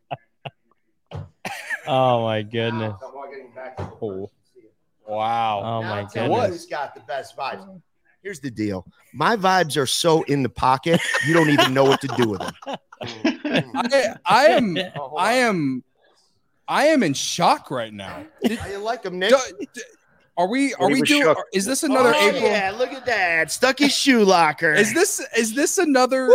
S8: Oh my goodness.
S6: Now, I'm getting back to the
S7: Oh.
S6: person.
S7: Wow.
S8: Oh
S6: Now
S8: my
S6: tell me
S7: goodness.
S6: Who's got the best vibes? Here's the deal. My vibes are so in the pocket, you don't even know what to do with them.
S7: I, I am I am I am in shock right now.
S6: How you like them, Nick?
S7: Do- d- Are we? Are
S6: We
S7: we
S6: were
S7: doing?
S6: shook.
S7: are- Is this another
S6: Oh,
S7: April?
S6: yeah, look at that. Stuck his shoe locker.
S7: Is this? Is this another?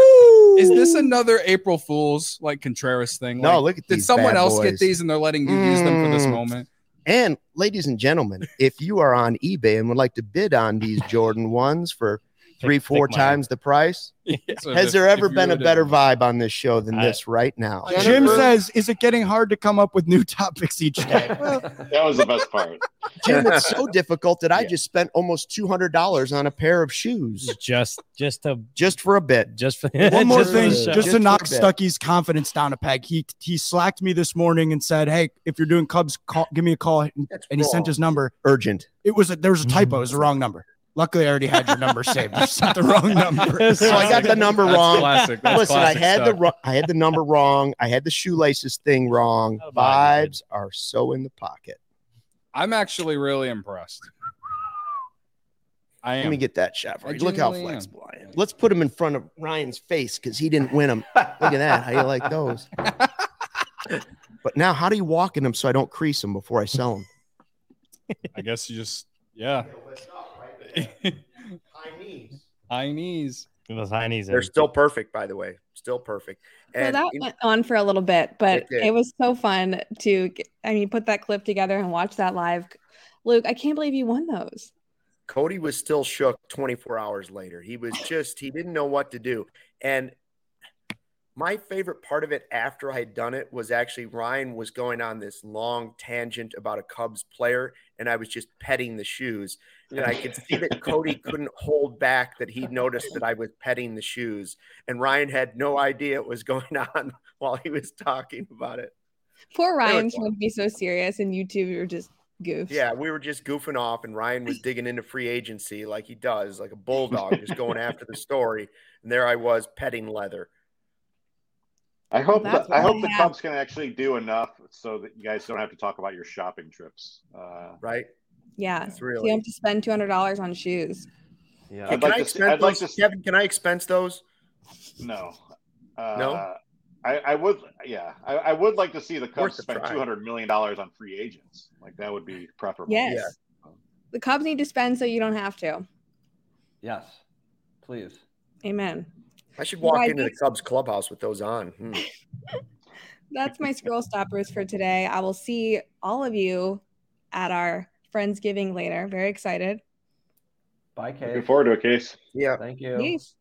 S7: Is this another April Fool's like Contreras thing?
S6: No,
S7: Like,
S6: look at
S7: Did
S6: these
S7: someone
S6: bad
S7: else
S6: boys.
S7: get these and they're letting you use them for this
S6: Mm.
S7: moment?
S6: And ladies and gentlemen, if you are on eBay and would like to bid on these Jordan ones for three,
S8: take
S6: four
S8: mine.
S6: times the price,
S7: So
S6: has
S7: if-
S6: there
S7: if
S6: ever
S7: you
S6: been a
S7: would, uh,
S6: better vibe on this show than
S8: I-
S6: this right now?
S9: Jim says, "Is it getting hard to come up with new topics each day?" well,
S1: That was the best part.
S6: Jim, it's so difficult that I
S8: Yeah.
S6: just spent almost two hundred dollars on a pair of shoes
S8: Just, just to,
S6: just for a bit.
S8: just for
S9: One more
S8: just for
S9: thing,
S8: the
S6: Just
S8: show.
S9: just
S6: for
S9: to
S6: a
S9: knock
S6: bit.
S9: Stuckey's confidence down a peg. He he slacked me this morning and said, "Hey, if you're doing Cubs, call, give me a call." And,
S2: That's
S9: and he sent
S2: wrong.
S9: his number.
S6: Urgent.
S9: It was a, there was a typo. It was the wrong number. Luckily, I already had your number saved. I sent the wrong number.
S6: So I got the number
S7: That's
S6: wrong.
S7: classic. That's
S6: Listen, I
S7: classic
S6: had the
S7: stuff.
S6: ru- I had the number wrong. I had the shoelaces thing wrong.
S8: That'll buy you, dude.
S6: Vibes are so in the pocket.
S7: I'm actually really impressed. I am.
S6: Let me get that shot
S7: I
S6: for you. Look how
S7: genuinely am.
S6: flexible I am. Let's put him in front of Ryan's face because he didn't win them. Look at that. How you like those? but now, how do you walk in them so I don't crease them before I sell them?
S7: I guess you just yeah. High knees.
S8: Those high knees
S2: They're
S8: in.
S2: still perfect, by the way. Still perfect.
S5: So
S2: And
S5: that went on for a little bit, but
S2: It did.
S5: it, was so fun to, get, I mean, put that clip together and watch that live. Luke, I can't believe you won those.
S2: Cody was still shook 24 hours later. He was just, he didn't know what to do. And my favorite part of it after I had done it was actually Ryan was going on this long tangent about a Cubs player, and I was just petting the shoes. And I could see that Cody couldn't hold back that he noticed that I was petting the shoes. And Ryan had no idea it was going on while he was talking about it.
S5: Poor
S2: were
S5: Ryan
S2: fun.
S5: trying to be so serious, and you two were just goofs.
S2: Yeah, we were just goofing off, and Ryan was digging into free agency like he does, like a bulldog, just going after the story. And there I was petting leather.
S1: I hope
S5: That's
S1: the, I
S5: what
S1: hope
S5: I
S1: the
S5: have.
S1: Cubs can actually do enough so that you guys don't have to talk about your shopping trips. Uh,
S2: Right?
S5: Yeah.
S2: It's
S5: So you
S2: really-
S5: don't have to spend $200 on shoes.
S3: Yeah.
S2: Hey,
S1: I'd
S2: can
S1: like
S2: I
S1: to see-
S2: expense
S1: I'd like
S2: those?
S1: to see-
S2: Kevin, can I expense those?
S1: no, uh,
S2: No?
S1: I, I would, yeah, I, I would like to see the Cubs
S2: Worth a
S1: spend
S2: try.
S1: two hundred million dollars on free agents. Like that would be preferable.
S5: Yes. The Cubs need to spend so you don't have to.
S3: Yes. Please.
S5: Amen.
S2: I should walk
S5: Why
S2: into the
S5: did-
S2: Cubs clubhouse with those on. Hmm.
S5: That's my scroll stoppers for today. I will see all of you at our Friendsgiving later. Very excited.
S3: Bye,
S1: Looking
S3: Kate.
S1: forward to a case.
S2: Yeah.
S3: Thank you.
S5: Yes.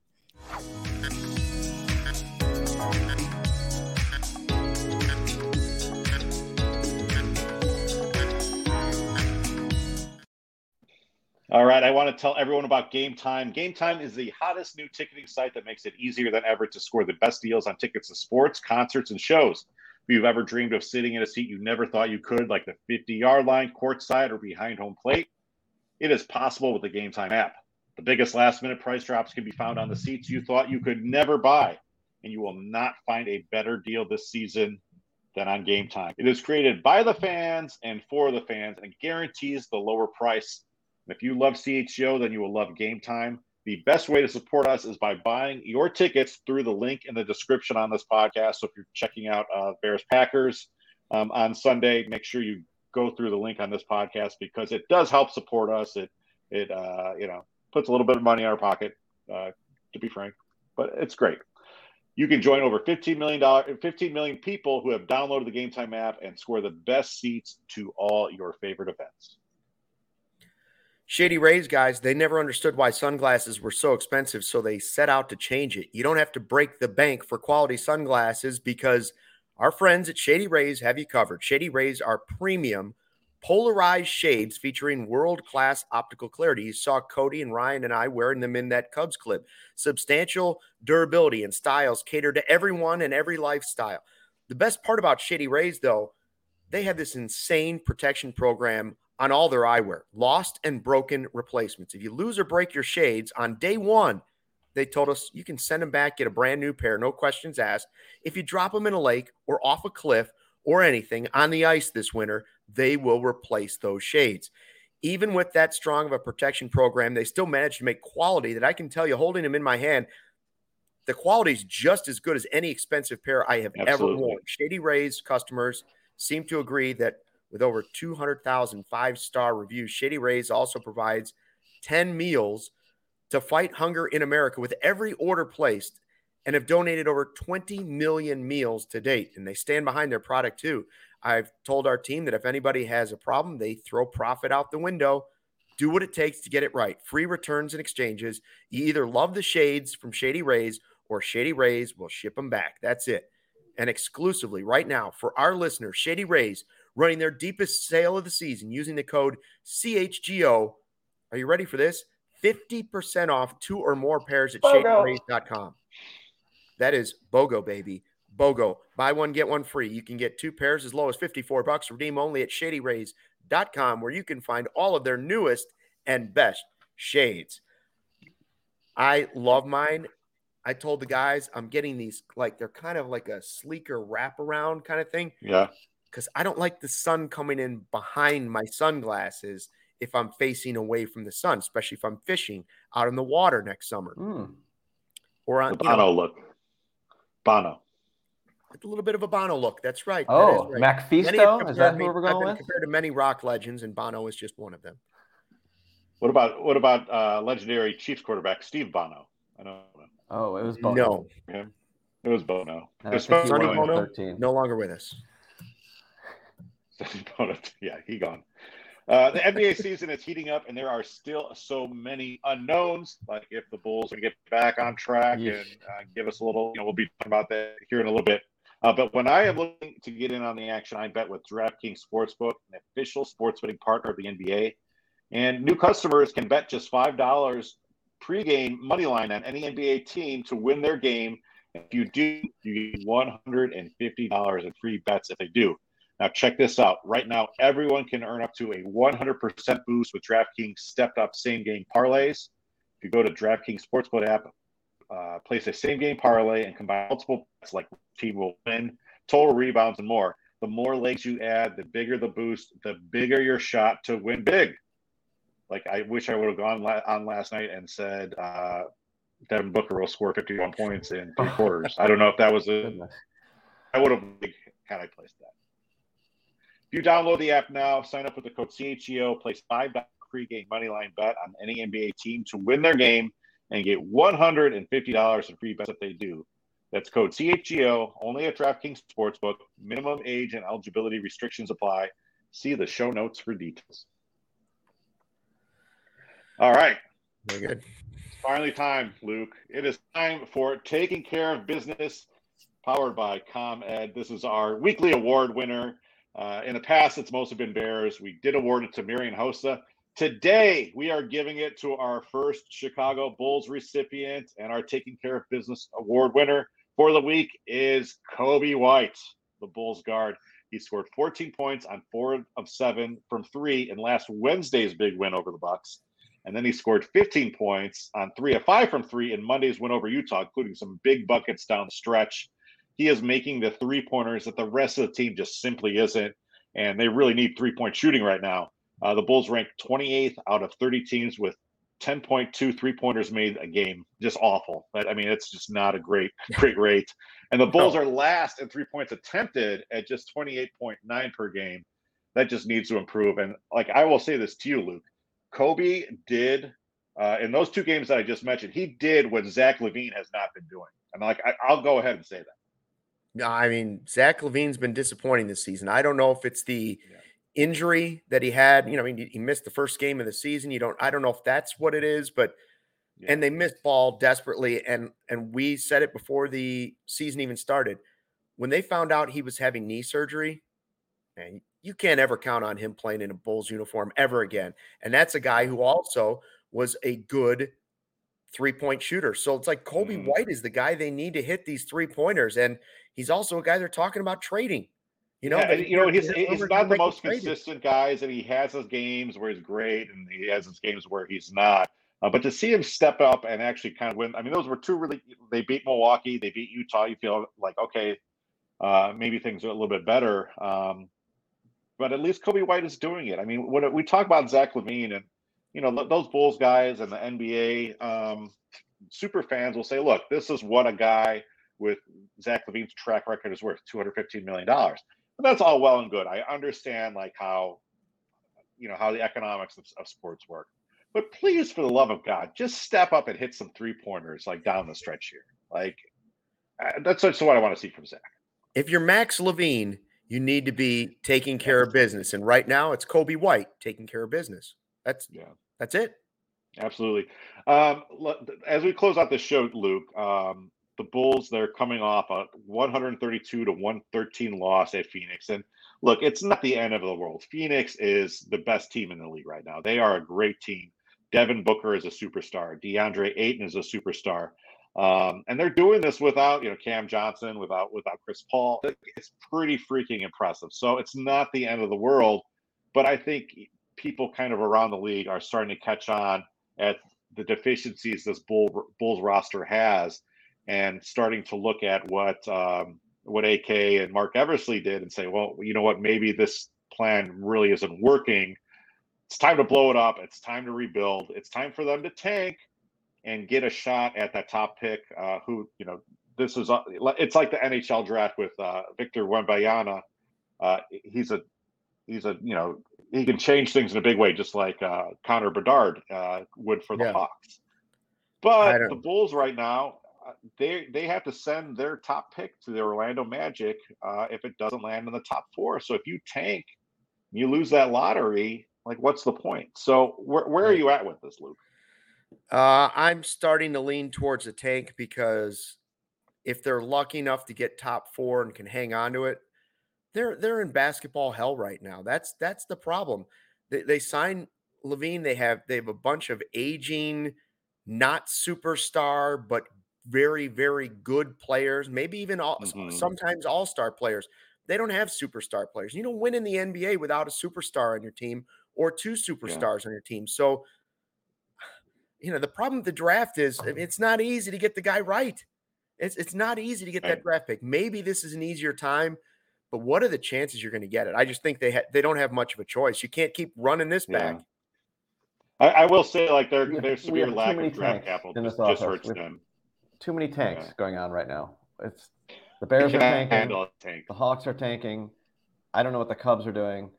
S1: All right, I want to tell everyone about Game Time. Game Time is the hottest new ticketing site that makes it easier than ever to score the best deals on tickets to sports, concerts, and shows. If you've ever dreamed of sitting in a seat you never thought you could, like the 50 yard line, courtside, or behind home plate, it is possible with the Game Time app. The biggest last minute price drops can be found on the seats you thought you could never buy, and you will not find a better deal this season than on Game Time. It is created by the fans and for the fans and guarantees the lower price. And If you love CHGO, then you will love Game Time. The best way to support us is by buying your tickets through the link in the description on this podcast. So if you're checking out uh, Bears Packers um, on Sunday, make sure you go through the link on this podcast because it does help support us. It it uh, you know puts a little bit of money in our pocket, uh, to be frank, but it's great. You can join over 15 million dollar 15 million people who have downloaded the Game Time app and score the best seats to all your favorite events.
S2: Shady Rays guys, they never understood why sunglasses were so expensive, so they set out to change it. You don't have to break the bank for quality sunglasses because our friends at Shady Rays have you covered. Shady Rays are premium polarized shades featuring world-class optical clarity. You saw Cody and Ryan and I wearing them in that Cubs clip. Substantial durability and styles cater to everyone and every lifestyle. The best part about Shady Rays though, they have this insane protection program on all their eyewear, lost and broken replacements. If you lose or break your shades on day one, they told us you can send them back, get a brand new pair, no questions asked. If you drop them in a lake or off a cliff or anything on the ice this winter, they will replace those shades. Even with that strong of a protection program, they still managed to make quality that I can tell you holding them in my hand. The quality is just as good as any expensive pair I have ever
S1: Absolutely.
S2: worn. Shady Rays customers seem to agree that with over 200,000 five star reviews. Shady Rays also provides 10 meals to fight hunger in America with every order placed and have donated over 20 million meals to date. And they stand behind their product too. I've told our team that if anybody has a problem, they throw profit out the window. Do what it takes to get it right. Free returns and exchanges. You either love the shades from Shady Rays or Shady Rays will ship them back. That's it. And exclusively right now for our listeners, Shady Rays running their deepest sale of the season using the code CHGO. Are you ready for this? 50% off two or more pairs at shadyrays.com. That is BOGO, baby. BOGO. Buy one, get one free. You can get two pairs as low as 54 bucks. Redeem only at shadyrays.com, where you can find all of their newest and best shades. I love mine. I told the guys I'm getting these, like, they're kind of like a sleeker wraparound kind of thing
S1: Yeah.
S2: because I don't like the sun coming in behind my sunglasses if I'm facing away from the sun, especially if I'm fishing out in the water next summer
S3: Hmm.
S2: or on
S1: The
S2: you know,
S1: Bono look. Bono.
S2: with a little bit of a Bono look. That's right.
S3: Oh,
S2: that is
S3: Macfisto?
S2: Many have
S3: Is that
S2: compared
S3: who we're
S2: I've
S3: going
S2: been
S3: with?
S2: Compared to many rock legends, and Bono is just one of them.
S1: What about what about uh, legendary Chiefs quarterback Steve Bono? I don't know.
S3: Oh, it was
S2: Bono. No.
S1: Yeah. It was Bono.
S3: And I think
S1: Especially
S3: he won
S2: Sonny
S3: it
S1: when-
S3: in
S2: Bono
S3: 13.
S2: no longer with us.
S1: yeah, he gone. Uh, the NBA season is heating up, and there are still so many unknowns. Like if the Bulls can get back on track
S3: Yeesh.
S1: and uh, give us a little, you know, we'll be talking about that here in a little bit. Uh, but when I am looking to get in on the action, I bet with DraftKings Sportsbook, an official sports betting partner of the NBA. And new customers can bet just five dollars pregame money line on any NBA team to win their game. If you do, you get one hundred and fifty dollars in free bets if they do. Now, check this out. Right now, everyone can earn up to a 100% boost with DraftKings stepped up same game parlays. If you go to DraftKings Sportsbook app, uh, place a same game parlay and combine multiple bets like which team will win, total rebounds, and more. The more legs you add, the bigger the boost, the bigger your shot to win big. Like, I wish I would have gone la- on last night and said, uh, Devin Booker will score 51 points in three quarters. I don't know if that was a
S3: Goodness.
S1: I would have had I placed that. If you download the app now, sign up with the code CHEO, place five dollar pregame moneyline bet on any NBA team to win their game and get one hundred and fifty dollars in free bets if they do. That's code CHGO only at DraftKings Sportsbook. Minimum age and eligibility restrictions apply. See the show notes for details. All right.
S2: Very good.
S1: Finally, time, Luke. It is time for Taking Care of Business, powered by ComEd. This is our weekly award winner. Uh, in the past, it's mostly been Bears. We did award it to Marion Hossa. Today, we are giving it to our first Chicago Bulls recipient, and our Taking Care of Business award winner for the week is Kobe White, the Bulls guard. He scored 14 points on four of seven from three in last Wednesday's big win over the Bucks. And then he scored 15 points on three of five from three in Monday's win over Utah, including some big buckets down the stretch. He is making the three pointers that the rest of the team just simply isn't. And they really need three point shooting right now. Uh, the Bulls ranked 28th out of 30 teams with 10.2 three pointers made a game. Just awful. But I mean, it's just not a great, great rate. And the Bulls are last in three points attempted at just 28.9 per game. That just needs to improve. And like I will say this to you, Luke. Kobe did uh, in those two games that I just mentioned. He did what Zach Levine has not been doing. And like I, I'll go ahead and say that.
S2: No, I mean, Zach Levine's been disappointing this season. I don't know if it's the
S1: Yeah.
S2: injury that he had. You know, I mean, he- he missed the first game of the season. You don't, I don't know if that's what it is, but
S1: Yeah.
S2: and they missed ball desperately. And and we said it before the season even started. When they found out he was having knee surgery, and you can't ever count on him playing in a Bulls uniform ever again. And that's a guy who also was a good three point shooter. So it's like Kobe
S1: Mm.
S2: White is the guy they need to hit these three pointers. And he's also a guy they're talking about trading. You know,
S1: Yeah,
S2: they-
S1: and, you know,
S2: they're-
S1: he's
S2: they're
S1: he's
S2: rumored to
S1: not the
S2: make a
S1: most
S2: trade.
S1: consistent guys, and he has his games where he's great, and he has his games where he's not. Uh, but to see him step up and actually kind of win, I mean, those were two really. They beat Milwaukee, they beat Utah. You feel like okay, uh, maybe things are a little bit better. Um, but at least Kobe White is doing it. I mean, when we talk about Zach Levine and you know th- those Bulls guys and the NBA um, super fans will say, look, this is what a guy with Zach Levine's track record is worth two hundred fifteen million dollars. But that's all well and good. I understand like how you know how the economics of, of sports work. But please, for the love of God, just step up and hit some three pointers like down the stretch here. Like uh, that's that's what I want to see from Zach.
S2: If you're Max Levine, you need to be taking care of business, and right now it's Kobe White taking care of business. That's
S1: yeah,
S2: that's it.
S1: Absolutely. Um, l- as we close out this show, Luke, um, the Bulls, they're coming off a 132 to 113 loss at Phoenix. And look, it's not the end of the world. Phoenix is the best team in the league right now. They are a great team. Devin Booker is a superstar. DeAndre Ayton is a superstar. Um, and they're doing this without, you know, Cam Johnson, without without Chris Paul. It's pretty freaking impressive. So it's not the end of the world, but I think people kind of around the league are starting to catch on at the deficiencies this bull Bulls roster has, and starting to look at what um, what AK and Mark Eversley did, and say, well, you know what, maybe this plan really isn't working. It's time to blow it up. It's time to rebuild. It's time for them to tank and get a shot at that top pick. Uh, who you know, this is uh, it's like the NHL draft with uh, Victor Wembayana. Uh, he's a he's a you know he can change things in a big way, just like uh, Connor Bedard uh, would for the Hawks.
S2: I
S1: But
S2: don't-
S1: the Bulls right now, uh, they they have to send their top pick to the Orlando Magic uh, if it doesn't land in the top four. So if you tank, you lose that lottery. Like, what's the point? So where where are you at with this, Luke?
S2: Uh, I'm starting to lean towards the tank because if they're lucky enough to get top four and can hang on to it, they're they're in basketball hell right now. That's that's the problem. They, they sign Levine. They have they have a bunch of aging, not superstar, but very very good players. Maybe even all,
S1: Mhm.
S2: sometimes all star players. They don't have superstar players. You don't win in the NBA without a superstar on your team or two superstars on your team. So you know the problem with the draft is I mean, it's not easy to get the guy right. It's it's not easy to get that
S1: Right.
S2: draft pick. Maybe this is an easier time, but what are the chances you're going to get it? I just think they ha- they don't have much of a choice. You can't keep running this
S1: Yeah.
S2: back.
S1: I, I will say, like, their
S2: We-
S1: their
S3: we
S1: severe
S3: have too
S1: lack
S3: many
S1: of draft
S3: tanks
S1: capital
S3: in
S1: just,
S3: this
S1: just
S3: offense.
S1: hurts
S3: We-
S1: them.
S3: Too many tanks
S1: Yeah.
S3: going on right now. It's the Bears are
S1: cannot
S3: tanking.
S1: handle a tank.
S3: The Hawks are tanking. I don't know what the Cubs are doing.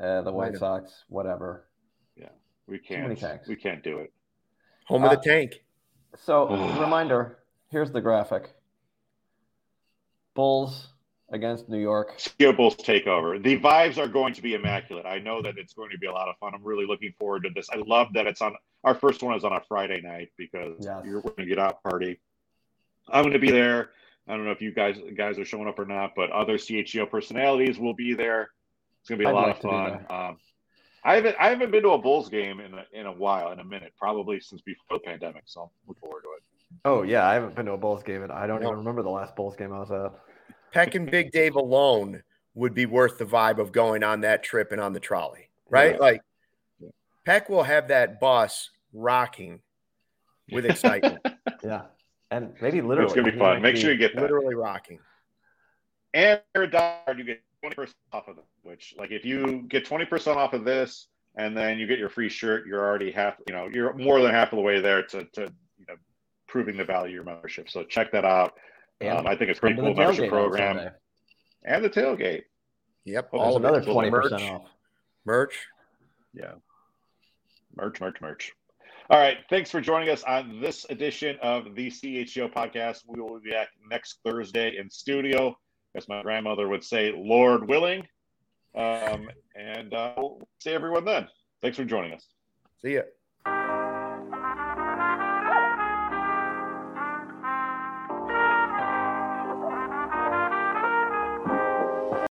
S3: Uh, the White
S2: Might have-
S3: Sox, whatever.
S1: Yeah, we
S3: Too many
S1: can't.
S3: tanks.
S1: We can't do it.
S2: Home of
S3: Uh,
S2: the tank.
S3: So reminder. Here's the graphic. Bulls against New York.
S1: Skip Bulls takeover. The vibes are going to be immaculate. I know that it's going to be a lot of fun. I'm really looking forward to this. I love that it's on our first one is on a Friday night because
S3: Yes.
S1: you're going to get out party. I'm going to be there. I don't know if you guys guys are showing up or not, but other CHGO personalities will be there. It's going to be a
S3: I'd
S1: lot
S3: like
S1: of
S3: to be
S1: fun. Um, I haven't I haven't been to a Bulls game in a, in a while, in a minute, probably since before the pandemic. So I'm looking forward to it.
S3: Oh yeah, I haven't been to a Bulls game, and I don't
S2: No.
S3: even remember the last Bulls game I was at.
S2: Peck and Big Dave alone would be worth the vibe of going on that trip and on the trolley, right?
S1: Yeah.
S2: Like Peck will have that bus rocking with excitement.
S3: Yeah, and maybe literally.
S1: it's going to be
S3: He
S1: fun.
S3: might
S1: Make
S3: be-
S1: sure you get that.
S2: literally rocking.
S1: and you're a diehard, you get twenty percent off of them. Which, like, if you get twenty percent off of this, and then you get your free shirt, you're already half. You know, you're more than half of the way there to, to you know, proving the value of your membership. So check that out.
S3: And
S1: Um, I think it's a pretty
S3: come to the
S1: cool membership
S3: tailgate on
S1: program
S3: Sunday.
S1: and the tailgate.
S2: Yep.
S1: Oh,
S3: There's
S1: all of it.
S3: another
S1: Well, the
S3: twenty percent
S2: merch.
S3: off.
S2: Merch.
S1: Yeah. Merch, merch, merch. All right. Thanks for joining us on this edition of the CHGO podcast. We will be back next Thursday in studio, as my grandmother would say, Lord willing. Um, and uh, we'll see everyone then. Thanks for joining us.
S2: See ya.